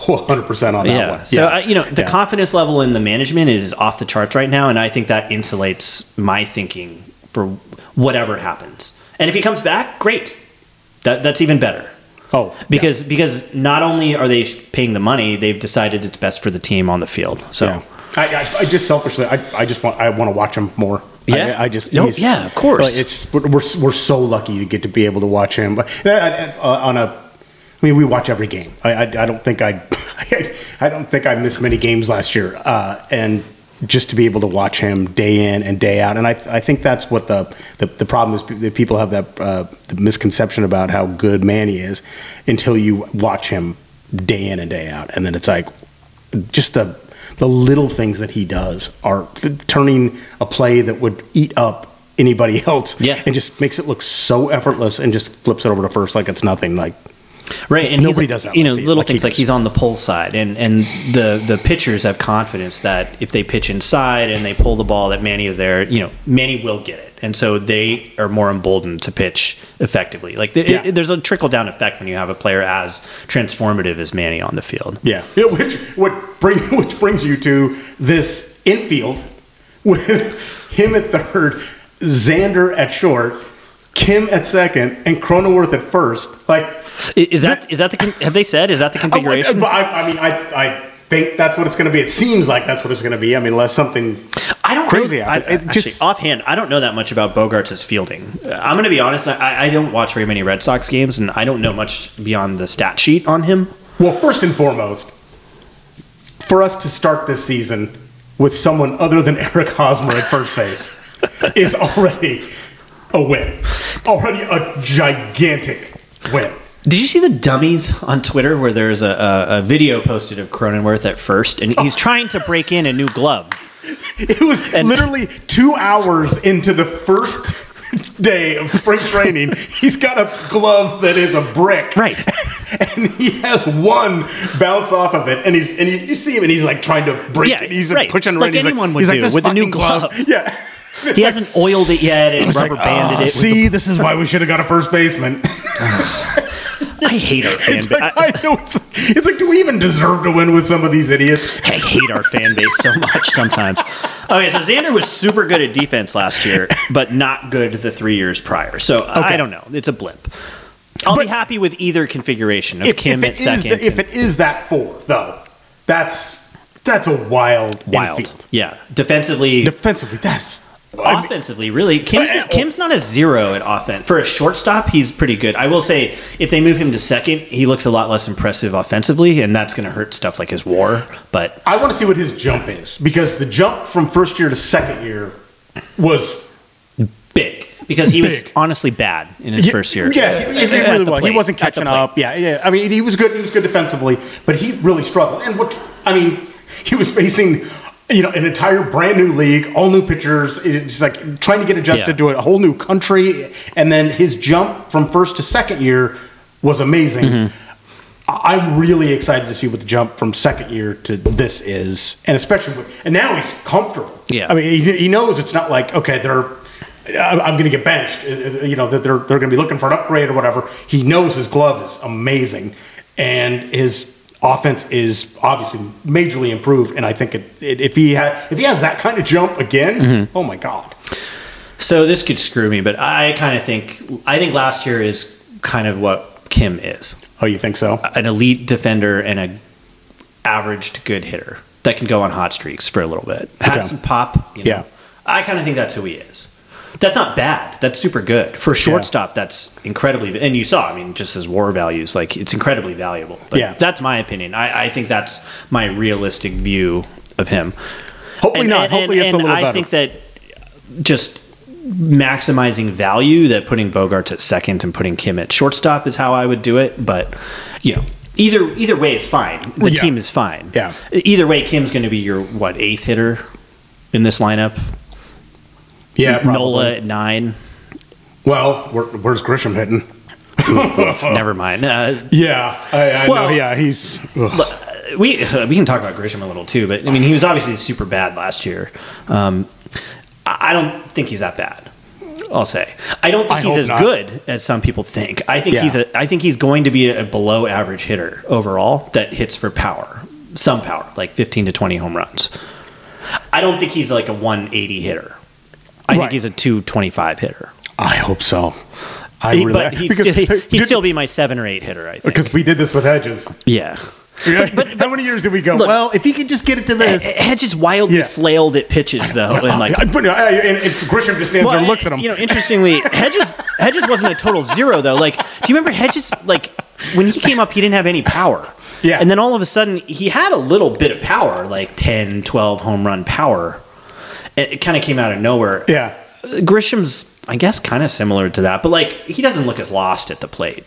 S4: one hundred percent on that one.
S3: So
S4: yeah.
S3: uh, you know, the
S4: Yeah.
S3: confidence level in the management is off the charts right now, and I think that insulates my thinking for whatever happens. And if he comes back, great. That that's even better
S4: oh yeah.
S3: because because not only are they paying the money, they've decided it's best for the team on the field. So.
S4: Yeah. I, I, I just selfishly, I, I just want, I want to watch him more.
S3: Yeah.
S4: I, I just,
S3: No,
S4: he's-
S3: yeah, of course.
S4: like, it's we're, we're we're so lucky to get to be able to watch him. But uh, uh, on a, I mean, we watch every game. I, I, I don't think I, I don't think I missed many games last year. Uh, and just to be able to watch him day in and day out, and I, I think that's what the the, the problem is. That people have that uh, the misconception about how good Manny is until you watch him day in and day out, and then it's like just the the little things that he does are th- turning a play that would eat up anybody else
S3: Yeah.
S4: and just makes it look so effortless and just flips it over to first like it's nothing like
S3: Right, and
S4: Nobody
S3: he's,
S4: does that
S3: You know,
S4: like he-
S3: little
S4: like he
S3: things like
S4: does.
S3: he's on the pull side, and and the the pitchers have confidence that if they pitch inside and they pull the ball, that Manny is there. You know, Manny will get it, and so they are more emboldened to pitch effectively. Like the,
S4: Yeah.
S3: it, there's a trickle down effect when you have a player as transformative as Manny on the field.
S4: yeah, yeah which what bring which brings you to this infield with him at third Xander at short Kim at second and Cronenworth at first like
S3: I- Is that is that the con- have they said is that the
S4: I, I,
S3: configuration?
S4: I, I mean I I think that's what it's going to be it seems like that's what it's going to be I mean unless something
S3: I don't
S4: crazy
S3: Know, I,
S4: happened. It
S3: actually,
S4: just-
S3: offhand, I don't know that much about Bogarts' fielding. Uh, I'm going to be honest. I, I don't watch very many Red Sox games, and I don't know much beyond the stat sheet on him.
S4: Well, first and foremost, for us to start this season with someone other than Eric Hosmer at first base is already a win. Already a gigantic win.
S3: Did you see the dummies on Twitter where there's a, a, a video posted of Cronenworth at first, and he's trying to break in a new glove?
S4: It was
S3: And-
S4: literally two hours into the first day of spring training. He's got a glove that is a brick.
S3: Right.
S4: And he has one bounce off of it, and he's and you, you see him, and he's like trying to break
S3: Yeah,
S4: it. He's
S3: right.
S4: pushing it
S3: Like
S4: around. He's
S3: anyone would
S4: he's
S3: do
S4: "This
S3: with a new
S4: fucking
S3: glove."
S4: Yeah,
S3: He hasn't oiled it yet and
S4: It's
S3: rubber
S4: like,
S3: banded
S4: "Ah,
S3: it. with
S4: See, this is why we should have got a first baseman.
S3: the- I hate our fan
S4: It's
S3: base.
S4: like,
S3: I,
S4: I know it's, it's like, do we even deserve to win with some of these idiots?
S3: I hate our fan base so much sometimes. Okay, so Xander was super good at defense last year, but not good the three years prior. So I
S4: Okay.
S3: don't know. It's a blip. I'll be
S4: But-
S3: happy with either configuration of Kim
S4: it
S3: at
S4: is
S3: second.
S4: the- if
S3: and
S4: it is that four, though, that's that's a wild,
S3: wild,
S4: infield.
S3: yeah, defensively,
S4: Defensively, that's I mean,
S3: offensively, really, Kim's,
S4: But- uh,
S3: Kim's not a zero at offense. For a shortstop, he's pretty good. I will say, if they move him to second, he looks a lot less impressive offensively, and that's going to hurt stuff like his WAR. But
S4: I want to see what his jump is because the jump from first year to second year was
S3: big because he was
S4: Big.
S3: honestly bad in his
S4: Yeah,
S3: first year.
S4: Yeah, he- he,
S3: At the
S4: really was. He
S3: plate,
S4: wasn't
S3: at the
S4: catching
S3: plate.
S4: up. Yeah, yeah. I mean, he was good. He was good defensively, but he really struggled. And what I mean, he was facing. You know, an entire brand new league, all new pitchers. It's like trying to get adjusted
S3: Yeah.
S4: to a whole new country, and then his jump from first to second year was amazing.
S3: Mm-hmm.
S4: I- I'm really excited to see what the jump from second year to this is, and especially with, and now he's comfortable.
S3: Yeah.
S4: I mean, he, he knows it's not like okay, they're I'm, I'm going to get benched. uh, uh, You know that they're they're going to be looking for an upgrade or whatever. He knows his glove is amazing, and his offense is obviously majorly improved. And I think it, it, if he had if he has that kind of jump again,
S3: Mm-hmm.
S4: oh my god,
S3: So this could screw me, but I kind of think I think last year is kind of what Kim is.
S4: oh you think so?
S3: an elite defender and a average to good hitter that can go on hot streaks for a little bit. Have
S4: Okay.
S3: some pop. You know?
S4: Yeah.
S3: I kind of think that's who he is. That's not bad. That's super good for a shortstop. That's incredibly, and you saw. I mean, just his WAR values, like it's incredibly valuable. But
S4: Yeah.
S3: that's my opinion. I, I think that's my realistic view of him.
S4: Hopefully
S3: And-
S4: not.
S3: and-
S4: Hopefully
S3: and-
S4: it's a
S3: and
S4: little
S3: I
S4: better.
S3: think that just maximizing value that putting Bogarts at second and putting Kim at shortstop is how I would do it. But you know, either either way is fine. The
S4: Yeah.
S3: team is fine.
S4: Yeah.
S3: Either way, Kim's going to be your what eighth hitter in this lineup.
S4: yeah, probably.
S3: Nola at nine.
S4: Well, where, where's Grisham hitting? Oh.
S3: Never mind. Uh,
S4: Yeah, I, I
S3: Well-
S4: know. Yeah, he's. ugh.
S3: we uh, we can talk about Grisham a little too, but I mean he was obviously super bad last year. Um, I I don't think he's that bad. I'll say I don't think
S4: I
S3: he's
S4: hope
S3: as
S4: not.
S3: good as some people think. I think
S4: Yeah.
S3: he's a I think he's going to be a below average hitter overall that hits for power, some power, like fifteen to twenty home runs. I don't think he's like a one eighty hitter. I think
S4: Right.
S3: he's a two twenty five hitter.
S4: I hope so. I
S3: He-
S4: really,
S3: but he'd,
S4: because-
S3: still, he, would
S4: did-
S3: still be my seven or eight hitter. I think.
S4: because we did this with Hedges.
S3: yeah.
S4: How many years did we go?
S3: look-
S4: well, if he could just get it to this.
S3: Hedges wildly
S4: Yeah.
S3: flailed at pitches though, and like
S4: eh, I- but no, I- and, and Grisham just stands there and looks at him.
S3: You know, interestingly, Hedges Hedges wasn't a total zero though. Like, do you remember Hedges? Like when he came up, he didn't have any power.
S4: Yeah.
S3: And then all of a sudden, he had a little bit of power, like 10, 12 home run power. It, kind of came out of nowhere.
S4: yeah.
S3: Grisham's, I guess, kind of similar to that, but like he doesn't look as lost at the plate.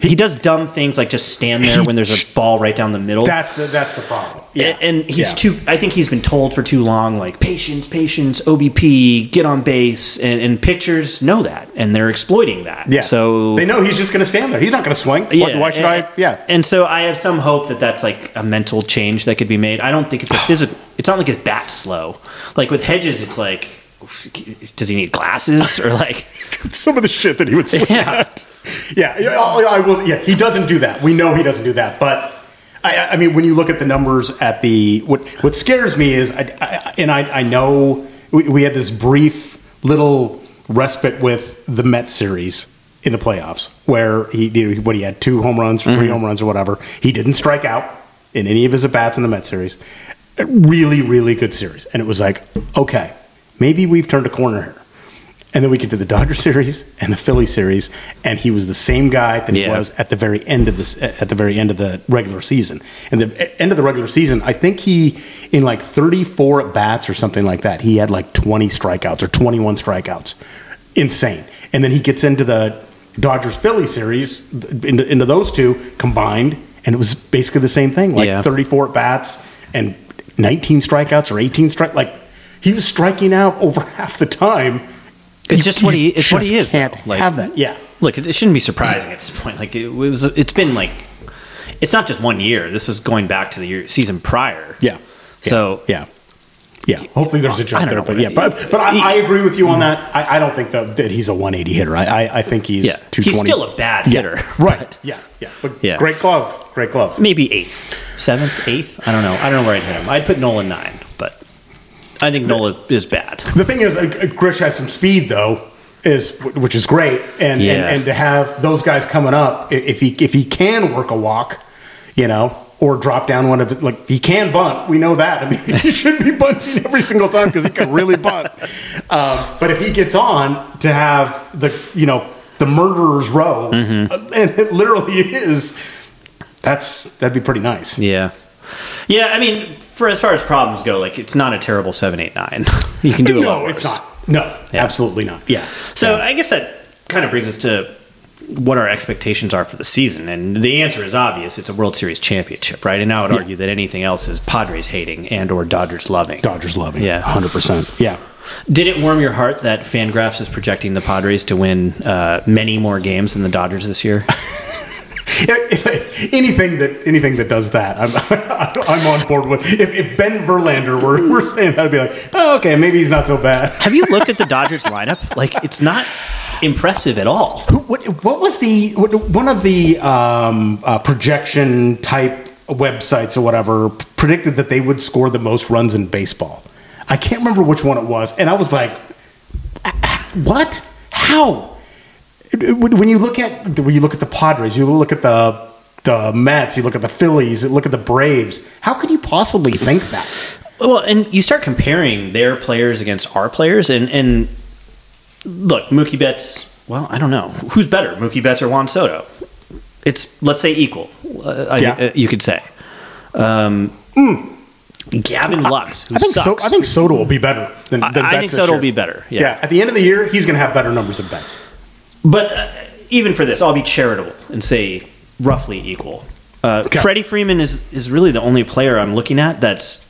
S3: He does dumb things like just stand there when there's a ball right down the middle.
S4: That's the that's the problem. Yeah.
S3: A- And he's
S4: Yeah.
S3: too. I think he's been told for too long, like patience, patience, OBP, get on base, and, and pitchers know that, and they're exploiting that.
S4: Yeah.
S3: So
S4: they know he's just going to stand there. He's not going to swing. Why- why, should
S3: and-
S4: I? Yeah. eh,
S3: And so I have some hope that that's like a mental change that could be made. I don't think it's a physical. It's not like his bat slow. Like with Hedges, it's like, does he need glasses or like?
S4: Some of the shit that he would swing
S3: Yeah.
S4: at. Yeah. oh, yeah, I, I will. Yeah. He doesn't do that. We know he doesn't do that. But I- I, I mean, when you look at the numbers at the what what scares me is, I, I, and I, I know we, we had this brief little respite with the Met series in the playoffs where he you know, what he had two home runs or 3 home runs or whatever. He didn't strike out in any of his at bats in the Met series. Really, really good series, and it was like, okay, maybe we've turned a corner here. And then we get to the Dodger series and the Philly series, and he was the same guy that he
S3: Yeah.
S4: was at the very end of this at the very end of the regular season. And the e, end of the regular season, I think he in like 34 at bats or something like that. He had like 20 strikeouts or 21 strikeouts. Insane. And then he gets into the Dodgers Philly series th- into, into those two combined, and it was basically the same thing, like
S3: Yeah.
S4: 34 at bats and 19 strikeouts or 18 strike like he was striking out over half the time.
S3: It's just what he- it's what he is,
S4: Can't
S3: though. Like-
S4: have that. Yeah.
S3: Look, it, it shouldn't be surprising at this point. Like it, was, it's been like, it's not just one year. This is going back to the year, season prior.
S4: Yeah.
S3: So
S4: Yeah. Yeah, hopefully there's a jump
S3: I don't
S4: there,
S3: know
S4: but
S3: what
S4: yeah,
S3: I-
S4: but but I, I agree with you on
S3: Mm.
S4: that. I, I don't think that, that he's a 180 hitter. I I, I think he's
S3: Yeah.
S4: 220.
S3: He's still a bad
S4: Yeah.
S3: hitter.
S4: right? Yeah, yeah, but
S3: Yeah.
S4: great glove, great glove.
S3: Maybe eighth, seventh, eighth. I don't know. I don't know where I'd hit him. I'd put Nolan nine, but I think Nolan is bad.
S4: The thing is, uh, uh, Grish has some speed though, is which is great, and
S3: Yeah.
S4: and, and to have those guys coming up, i- if he if he can work a walk, you know, or drop down one of the, like he can bunt. We know that. I mean, he should be bunting every single time because he can really bunt. Um, but if he gets on to have the you know the murderers row,
S3: Mm-hmm.
S4: uh, and it literally is. That's that'd be pretty nice.
S3: Yeah. Yeah, I mean, for as far as problems go, like it's not a terrible seven, eight, nine. You can do a lot
S4: no,
S3: worse.
S4: it's not. No, absolutely not. Yeah.
S3: So I guess that kind of brings us to what our expectations are for the season, and the answer is obvious: it's a World Series championship, right? And I would argue that anything else is Padres hating and or Dodgers loving.
S4: Dodgers loving.
S3: Yeah.
S4: 100%. Yeah.
S3: Did it warm your heart that Fangraphs is projecting the Padres to win uh, many more games than the Dodgers this year?
S4: anything that anything that does that, I'm I'm on board with. If, if Ben Verlander were, were saying that, I'd be like, oh, okay, maybe he's not so bad.
S3: Have you looked at the Dodgers lineup? Like, it's not impressive at all.
S4: Who- What what was the what, one of the um, uh, projection type websites or whatever predicted that they would score the most runs in baseball? I can't remember which one it was, and I was like, what? How? When when you look at when you look at the Padres, you look at the the Mets, you look at the Phillies, you look at the Braves. How could you possibly think that?
S3: Well, and you start comparing their players against our players, and and look, Mookie Betts. Well, I don't know who's better, Mookie Betts or Juan Soto. It's let's say equal. Uh, I-
S4: Yeah. Hmm.
S3: uh, you could say. Um, Gavin Lux. Who
S4: I think so.
S3: sucks.
S4: I think Soto will be better than.
S3: I-
S4: than
S3: I
S4: Betts
S3: think
S4: this
S3: Soto will be
S4: year.
S3: better, yeah.
S4: At the end of the year, he's going to have better numbers than Betts.
S3: But uh, even for this, I'll be charitable and say roughly equal. Uh, Freddie Freeman is is really the only player I'm looking at that's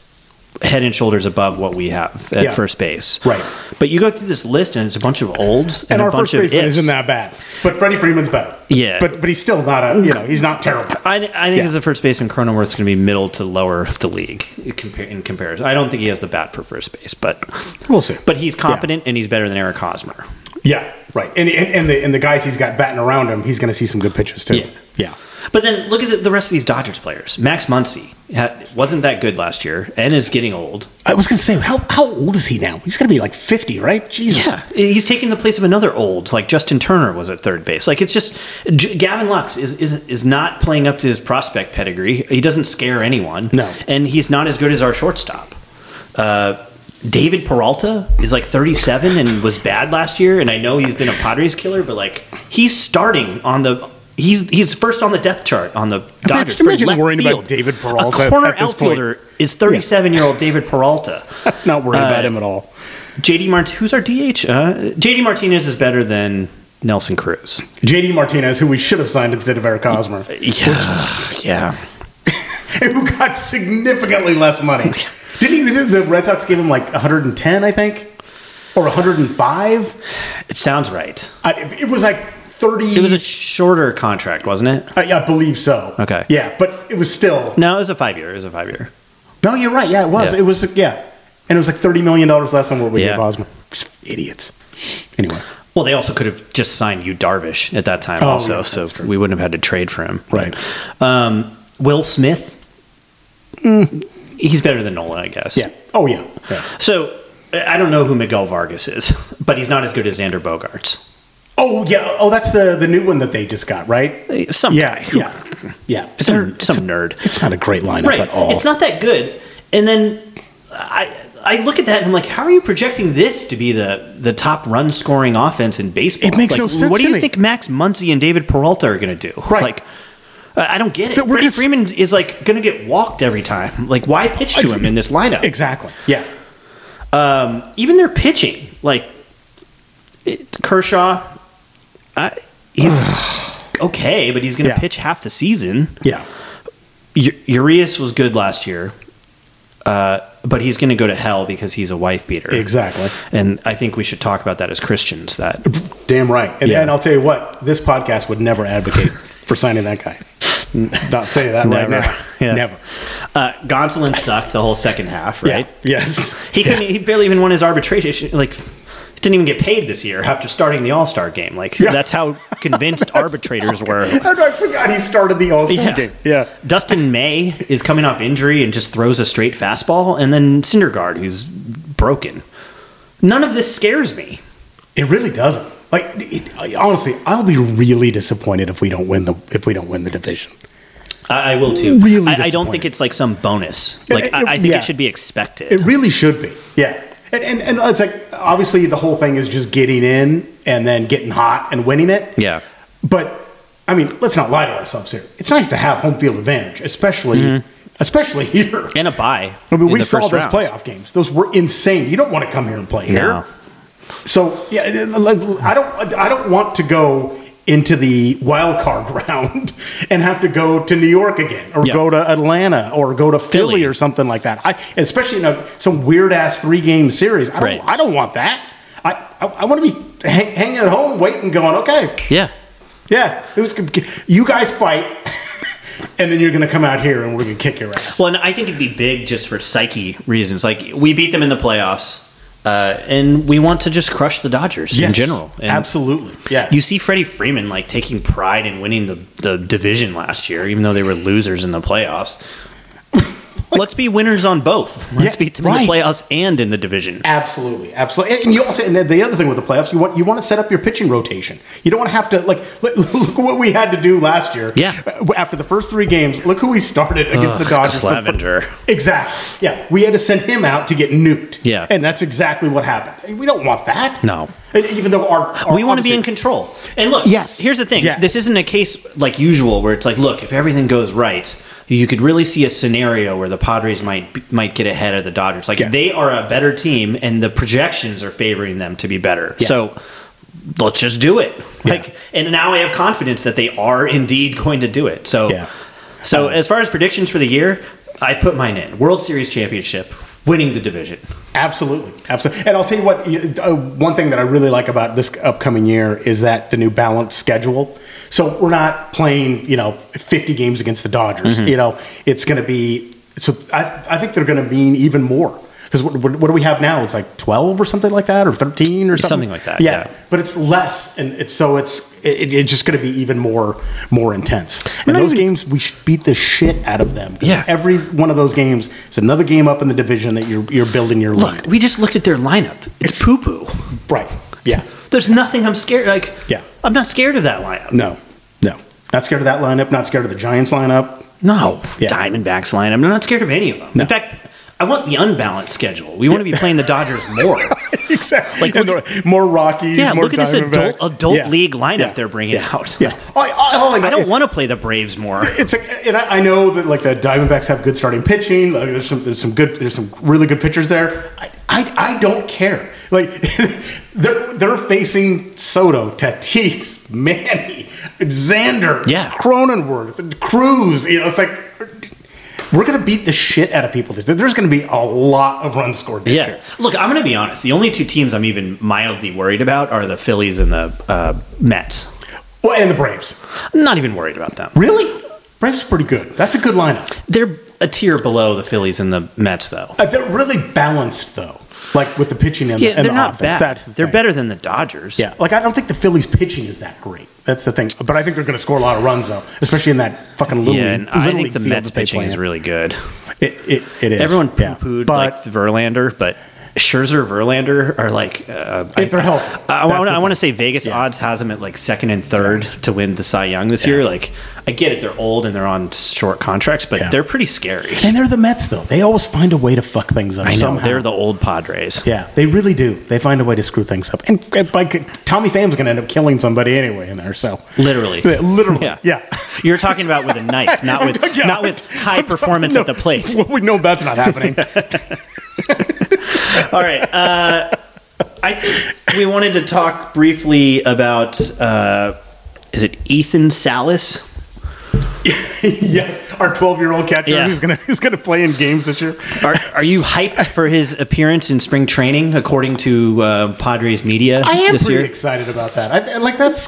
S3: head and shoulders above what we have at
S4: Yeah.
S3: first base.
S4: Right.
S3: But you go through this list and it's a bunch of olds and,
S4: And,
S3: a
S4: our
S3: bunch
S4: first
S3: of
S4: baseman
S3: ifs.
S4: isn't that bad, but Freddie Freeman's better.
S3: Yeah.
S4: But but he's still not a. You know, he's not terrible.
S3: I, I think
S4: Yeah.
S3: as a first baseman, Cronenworth's going to be middle to lower of the league compa- in comparison. I don't think he has the bat for first base, but
S4: We'll see.
S3: But he's competent and he's better than Eric Hosmer.
S4: Yeah. Right. And and, and the and the guys he's got batting around him, he's going to see some good pitches too.
S3: Yeah.
S4: Yeah.
S3: But then look at the, the rest of these Dodgers players. Max Muncy had, wasn't that good last year and is getting old.
S4: I was going to say, how how old is he now? He's going to be like fifty, right? Jesus.
S3: Yeah, he's taking the place of another old, like Justin Turner was at third base. Like it's just J- Gavin Lux is, is is not playing up to his prospect pedigree. He doesn't scare anyone.
S4: No.
S3: and he's not as good as our shortstop. Uh, David Peralta is like 37 and was bad last year, and I know he's been a Padres killer, but like he's starting on the. He's, he's first on the depth chart on the Dodgers. for
S4: imagine
S3: left
S4: worrying about
S3: field.
S4: David Peralta
S3: A
S4: at-
S3: corner
S4: at this point.
S3: outfielder is 37 year old David Peralta.
S4: Not worried about
S3: Uh,
S4: him at all.
S3: JD Mart, who's our DH? Uh, JD Martinez is better than Nelson Cruz.
S4: JD Martinez, who we should have signed instead of Eric Hosmer,
S3: Yeah, yeah.
S4: and who got significantly less money. Didn't he? Didn't the Red Sox give him like 110, I think, or 105?
S3: It sounds right.
S4: I, it was like 30.
S3: It was a shorter contract, wasn't it?
S4: I, I believe so.
S3: Okay.
S4: Yeah, but it was still.
S3: No, it was a five year. It was a five year.
S4: No, you're right. Yeah, it was.
S3: Yeah.
S4: It was. Yeah, and it was like 30 million dollars less than what we
S3: Yeah.
S4: gave Hosmer. Idiots. Anyway.
S3: Well, they also could have just signed you Darvish at that time,
S4: Oh,
S3: also,
S4: yeah,
S3: so
S4: that's true.
S3: we wouldn't have had to trade for him.
S4: Right.
S3: Um, Will Smith. He's better than Nolan, I guess.
S4: Mm. Yeah. Oh yeah. Yeah.
S3: So I I don't know who Miguel Vargas is, but he's not as good as Xander Bogarts.
S4: Oh yeah. Oh, that's the the new one that they just got, right?
S3: Some
S4: Yeah.
S3: guy who-
S4: Yeah. Yeah.
S3: Some,
S4: It's a-
S3: some nerd.
S4: It's not a great lineup
S3: right.
S4: at all.
S3: It's not that good. And then I I look at that and I'm like, how are you projecting this to be the the top run scoring offense in baseball?
S4: It makes
S3: Like,
S4: no sense
S3: What do
S4: to
S3: you
S4: me.
S3: think Max Muncy and David Peralta are going to do?
S4: Right.
S3: Like. I I don't get it.
S4: That we're
S3: Freddie
S4: just-
S3: Freeman is like going to get walked every time. Like, why pitch to him in this lineup?
S4: Exactly. Yeah.
S3: Even their pitching, like it, Kershaw, I, he's okay, but he's going to
S4: Yeah.
S3: pitch half the season.
S4: Yeah.
S3: U- Urias was good last year, uh, but he's going to go to hell because he's a wife beater.
S4: Exactly.
S3: And I think we should talk about that as Christians. That
S4: Damn right. And,
S3: Yeah.
S4: and I'll tell you what, this podcast would never advocate for signing that guy. Not say that right
S3: Never.
S4: now.
S3: Yeah.
S4: Never.
S3: Uh, Gonsolin sucked the whole second half, right?
S4: Yeah. Yes.
S3: He couldn't. He barely even won his arbitration. Like, didn't even get paid this year after starting the All Star game. Like,
S4: Yeah.
S3: that's how convinced arbitrators were.
S4: I forgot he started the All Star
S3: Yeah.
S4: game. Yeah.
S3: Dustin May is coming off injury and just throws a straight fastball, and then Syndergaard, who's broken. None of this scares me.
S4: It really doesn't. Like it, I- honestly, I'll be really disappointed if we don't win the if we don't win the division.
S3: I, I will too.
S4: Really
S3: I, I don't think
S4: disappointed.
S3: it's like some bonus.
S4: It-
S3: Like, I,
S4: it-
S3: I think
S4: yeah.
S3: it should be expected.
S4: It really should be. Yeah. And, and and it's like obviously the whole thing is just getting in and then getting hot and winning it.
S3: yeah.
S4: But I mean, let's not lie to ourselves here. It's nice to have home field advantage, especially
S3: Mm-hmm.
S4: especially here.
S3: And a buy.
S4: I mean,
S3: in
S4: we
S3: the
S4: saw
S3: first
S4: those
S3: round.
S4: playoff games; those were insane. You don't want to come here and play here.
S3: No.
S4: So yeah, it- it- like, I don't. I don't want to go into the wild card round and have to go to New York again, or
S3: Yeah.
S4: go to Atlanta, or go to Philly,
S3: Philly.
S4: or something like that. I, especially in a, some weird ass three game series. I don't.
S3: Right.
S4: I don't want that. I. I, I want to be hang, hanging at home, waiting, going, okay,
S3: Yeah.
S4: yeah, it was. You guys fight, and then you're going to come out here, and we're going to kick your ass.
S3: Well, and I think it'd be big just for psyche reasons. Like we beat them in the playoffs, uh, and we want to just crush the Dodgers in
S4: Yes,
S3: general. And
S4: absolutely. Yeah.
S3: You see Freddie Freeman like taking pride in winning the, the division last year, even though they were losers in the playoffs. Let's be winners on both. Let's
S4: Yeah,
S3: beat them in
S4: right.
S3: the playoffs and in the division.
S4: Absolutely, absolutely, and, and you also and then the other thing with the playoffs, you want you want to set up your pitching rotation. You don't want to have to like look, look what we had to do last year. Uh,
S3: Yeah.
S4: after the first three games, look who we started against the Dodgers. The fir-
S3: Clevenger.
S4: exactly. Yeah, we had to send him out to get nuked.
S3: Yeah.
S4: and that's exactly what happened. We don't want that.
S3: No.
S4: and even though our, our
S3: we want to be in
S4: obviously-
S3: control. And look,
S4: Yes.
S3: here's the thing.
S4: Yeah.
S3: This isn't a case like usual where it's like, look, if everything goes right, you could really see a scenario where the Padres might might get ahead of the Dodgers. Like
S4: Yeah.
S3: they are a better team, and the projections are favoring them to be better. So let's just do it. Like, and now I have confidence that they are indeed going to do it. So,
S4: Yeah.
S3: so as far as predictions for the year, I put mine in World Series championship, winning the division.
S4: Absolutely, absolutely. And I'll tell you what. you- Uh, one thing that I really like about this upcoming year is that the new balanced schedule. So we're not playing, you know, fifty games against the Dodgers.
S3: Mm-hmm.
S4: You know, it's going to be. So I, I think they're going to mean even more because what, what, what do we have now? It's like twelve or something like that, or thirteen or something,
S3: Something like that, yeah.
S4: but it's less, and it's so it's it, it's just going to be even more more intense.
S3: And
S4: And
S3: not
S4: those
S3: even-
S4: games, we should beat the shit out of them. 'Cause
S3: Yeah.
S4: every one of those games is another game up in the division that you're you're building your lead.
S3: Look, we just looked at their lineup. It's poo poo.
S4: Right. Yeah.
S3: There's nothing I'm scared. Like,
S4: Yeah.
S3: I'm not scared of that lineup.
S4: No. No. Not scared of that lineup. Not scared of the Giants lineup.
S3: No,
S4: Yeah.
S3: Diamondbacks lineup. I'm not scared of any of them.
S4: No.
S3: In fact, I want the unbalanced schedule. We want to be playing the Dodgers more.
S4: Exactly.
S3: Like,
S4: Like
S3: look
S4: more Rockies.
S3: yeah,
S4: more
S3: look at this adult
S4: Diamondbacks.
S3: adult
S4: Yeah.
S3: league lineup
S4: Yeah.
S3: they're bringing out.
S4: Yeah. I, I, all I know-
S3: I don't want to play the Braves more.
S4: It's a, and I, I know that like the Diamondbacks have good starting pitching. Like, there's some there's some good there's some really good pitchers there. I I, I don't care. Like they're they're facing Soto, Tatis, Manny, Xander,
S3: Yeah.
S4: Cronenworth, Cruz. You know, it's like we're gonna beat the shit out of people. This there's gonna be a lot of runs scored this year.
S3: Look, I'm going to be honest. The only two teams I'm even mildly worried about are the Phillies and the uh, Mets.
S4: Well, and the Braves.
S3: I'm not even worried about them.
S4: Really, Braves are pretty good. That's a good lineup.
S3: They're a tier below the Phillies and the Mets, though.
S4: Uh, they're really balanced though, like with the pitching and,
S3: Yeah,
S4: the, and
S3: they're
S4: the
S3: not
S4: offense.
S3: bad.
S4: That's the
S3: they're
S4: thing.
S3: better than the Dodgers.
S4: Yeah, like I don't think the Phillies pitching is that great. That's the thing. But I think they're going to score a lot of runs though, especially in that fucking little.
S3: Yeah,
S4: league,
S3: and I
S4: little
S3: think
S4: league
S3: the
S4: field
S3: Mets
S4: that they
S3: pitching
S4: play
S3: is
S4: in.
S3: really good.
S4: It, it, it is.
S3: Everyone
S4: yeah.
S3: poo-pooed
S4: but
S3: like Verlander, but Scherzer, Verlander are like uh,
S4: If they're healthy,
S3: I,
S4: that's the
S3: want to
S4: thing.
S3: say Vegas
S4: Yeah.
S3: odds has them at like second and third to win the Cy Young this year. Like I get it, they're old and they're on short contracts, but
S4: Yeah.
S3: they're pretty scary.
S4: and they're the Mets though. They always find a way to fuck things up.
S3: I know
S4: somehow.
S3: they're the old Padres.
S4: Yeah, they really do. They find a way to screw things up. And, and by, Tommy Pham's going to end up killing somebody anyway in there. So
S3: Literally,
S4: Yeah, literally, yeah.
S3: You're talking about with a knife, not with
S4: Yeah.
S3: not with high performance
S4: No,
S3: at the plate.
S4: We know that's not happening.
S3: All right. Uh, I think we wanted to talk briefly about uh, is it Ethan Salas?
S4: yes, our twelve-year-old catcher
S3: Yeah.
S4: who's going to who's going to play in games this year.
S3: Are, are you hyped for his appearance in spring training, according to uh, Padres media
S4: I am
S3: this
S4: pretty
S3: year?
S4: excited about that. I, th- like that's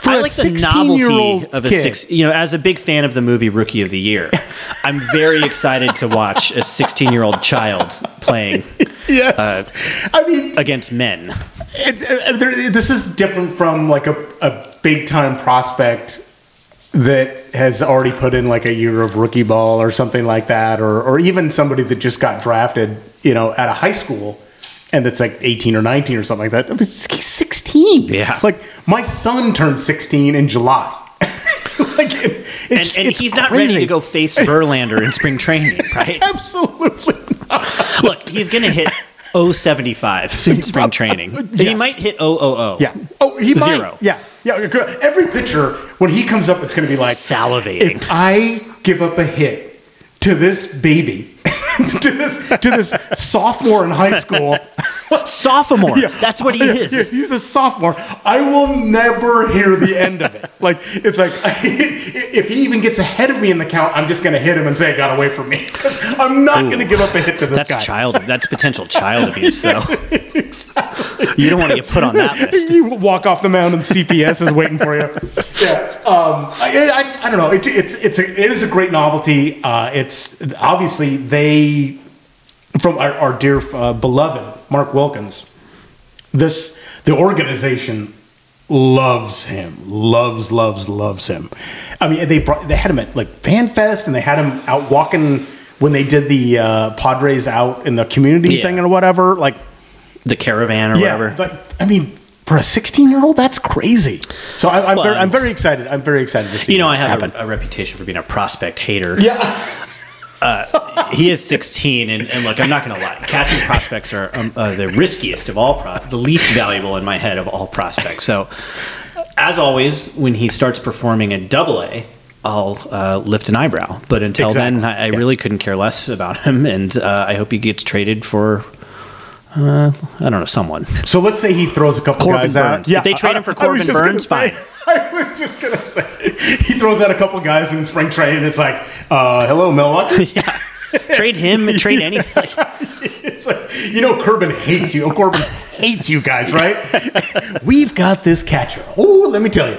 S4: For
S3: I
S4: a
S3: like the
S4: 16-year-old
S3: novelty of a
S4: kid.
S3: six. You know, as a big fan of the movie Rookie of the Year, I'm very excited to watch a 16 year old child playing
S4: Yes.
S3: uh,
S4: I mean,
S3: against men.
S4: it, it- there- this is different from like a, a big time prospect that has already put in like a year of rookie ball or something like that, or, or even somebody that just got drafted, you know, at a high school and that's like 18 or 19 or something like that. I mean, he's 16.
S3: Yeah.
S4: Like my son turned 16 in July. like it, it's,
S3: And, and
S4: it's
S3: he's not
S4: crazy.
S3: ready to go face Verlander in spring training, right?
S4: Absolutely not.
S3: Look, he's going to hit 075 in spring training. He
S4: Yes.
S3: might hit 000.
S4: Yeah. Oh, he might.
S3: Zero.
S4: Yeah. Yeah. you're good. Every pitcher, when he comes up, it's going to be like
S3: Salivating.
S4: If I give up a hit to this baby, to this to this sophomore in high school,
S3: Sophomore.
S4: yeah,
S3: That's what he
S4: yeah,
S3: is.
S4: yeah, he's a sophomore. I will never hear the end of it. Like it's like if he even gets ahead of me in the count, I'm just going to hit him and say it got away from me. I'm not
S3: Ooh.
S4: going to give up a hit to this
S3: That's
S4: guy.
S3: child. That's potential child abuse, though. You don't want to get put on that list.
S4: you walk off the mound and CPS is waiting for you. Yeah, um, I, I, I don't know. It, it's it's a, it is a great novelty. Uh, it's obviously they from our, our dear uh, beloved Mark Wilkins. This the organization loves him, loves, loves, loves him. I mean, they brought they had him at like Fan Fest, and they had him out walking when they did the uh, Padres out in the community
S3: Yeah.
S4: thing or whatever. Like
S3: The caravan or whatever.
S4: like, I mean, for a 16 year old, that's crazy. So I, I'm,
S3: Well,
S4: very, I'm
S3: I'm-
S4: very excited. I'm very excited to see.
S3: you know, I
S4: that
S3: have
S4: happen.
S3: a, a reputation for being a prospect hater.
S4: yeah,
S3: He is 16, and, and look, I'm not going to lie. Catching prospects are um, uh, the riskiest of all, pro- the least valuable in my head of all prospects. So, as always, when he starts performing at double A, I'll uh, lift an eyebrow. But until then,
S4: Exactly.
S3: I, I
S4: Yeah.
S3: really couldn't care less about him, and uh, I hope he gets traded for, uh, I don't know, someone.
S4: so let's say he throws a couple
S3: Corbin
S4: guys out.
S3: Burns. If they trade him for
S4: I- I was
S3: Corbin
S4: just gonna
S3: Burns,
S4: say-
S3: fine.
S4: I was just gonna say he throws out a couple guys in spring training. It's like, uh, hello, Milwaukee.
S3: Trade him and trade any. Like,
S4: It's like you know, Corbin hates you. Corbin hates you guys, right? We've got this catcher. Oh, let me tell you.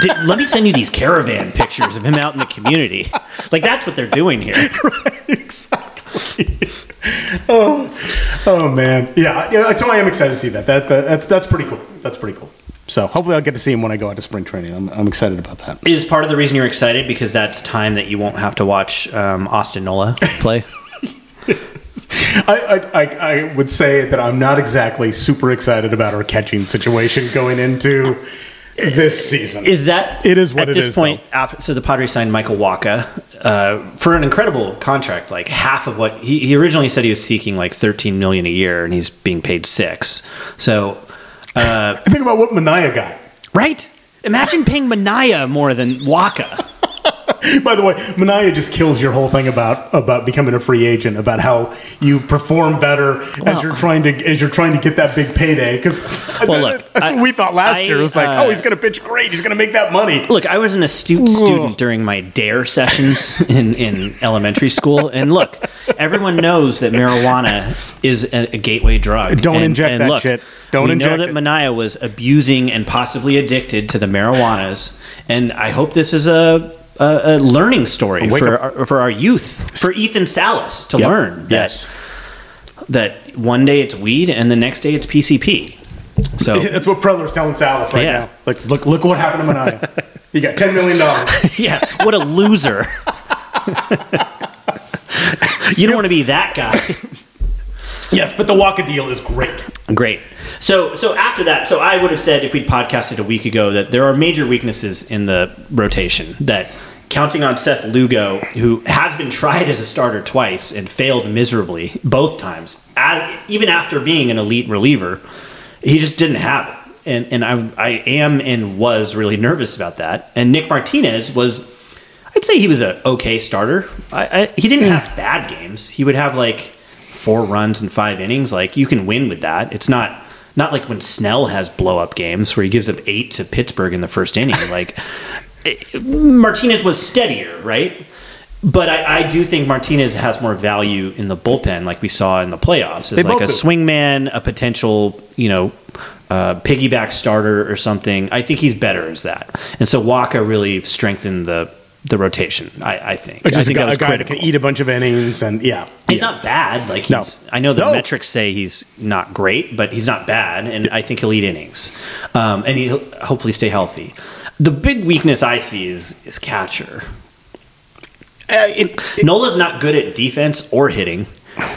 S3: did, let me send you these caravan pictures of him out in the community. Like, that's what they're doing here.
S4: exactly. oh, oh man, yeah. yeah, So I am excited to see that. That, that that's that's pretty cool. That's pretty cool. So hopefully I'll get to see him when I go out to spring training. I'm, I'm excited about that.
S3: is part of the reason you're excited because that's time that you won't have to watch um, Austin Nola play.
S4: I, I, I, I would say that I'm not exactly super excited about our catching situation going into this season.
S3: is that
S4: It is what
S3: at
S4: it
S3: this
S4: is,
S3: point? af so the Padres signed Michael Waka uh, for an incredible contract, like half of what he, he originally said he was seeking, like 13 million a year, and he's being paid six. So
S4: Think about what Mania got.
S3: right, imagine paying Mania more than Waka.
S4: By the way, Mania just kills your whole thing about about becoming a free agent, about how you perform better as
S3: Well-
S4: you're trying to as you're trying to get that big payday. Because
S3: Well, look,
S4: that's
S3: I-
S4: what we thought last
S3: I,
S4: year. It was like,
S3: uh,
S4: oh, he's going to pitch great. He's going to make that money.
S3: Look, I was an astute student during my dare sessions in, in elementary school. And look, everyone knows that marijuana is a, a gateway drug.
S4: Don't
S3: And-
S4: inject
S3: and
S4: that
S3: look,
S4: shit. Don't
S3: we
S4: inject
S3: know that
S4: it.
S3: Mania was abusing and possibly addicted to the marijuanas. And I hope this is a, a, a learning story
S4: Wake
S3: for
S4: up.
S3: our, for our youth, for Ethan Salas to
S4: Yep.
S3: learn that,
S4: Yes.
S3: that one day it's weed and the next day it's PCP. So
S4: That's what Preller's telling Salas right
S3: Yeah.
S4: now. Like, look, look what happened to Mania. he got ten million dollars.
S3: Yeah, what a loser. you don't want to be that guy.
S4: yes, but the Waka deal is great.
S3: Great. So, so after that, so I would have said if we'd podcasted a week ago that there are major weaknesses in the rotation that counting on Seth Lugo, who has been tried as a starter twice and failed miserably both times, as, even after being an elite reliever, he just didn't have it. And, and I, I am and was really nervous about that. And Nick Martinez was I'd say he was a okay starter. I, I, he didn't have bad games. He would have like four runs in five innings. Like you can win with that. It's not not like when Snell has blow up games where he gives up eight to Pittsburgh in the first inning. Like it- Martinez was steadier, right? But I, I do think Martinez has more value in the bullpen, like we saw in the playoffs, as
S4: They
S3: like a
S4: both do.
S3: swingman, a potential you know uh, piggyback starter or something. I think he's better as that. And so Waka really strengthened the the rotation. I, I think.
S4: Just
S3: I think
S4: a, guy-
S3: that was
S4: a guy
S3: critical.
S4: that can eat a bunch of innings and yeah.
S3: He's
S4: Yeah.
S3: not bad. Like
S4: No.
S3: he's, I know the
S4: No.
S3: metrics say he's not great, but he's not bad, and I think he'll eat innings, um, and he'll hopefully stay healthy. The big weakness I see is is catcher.
S4: Uh, it- it-
S3: Nola's not good at defense or hitting.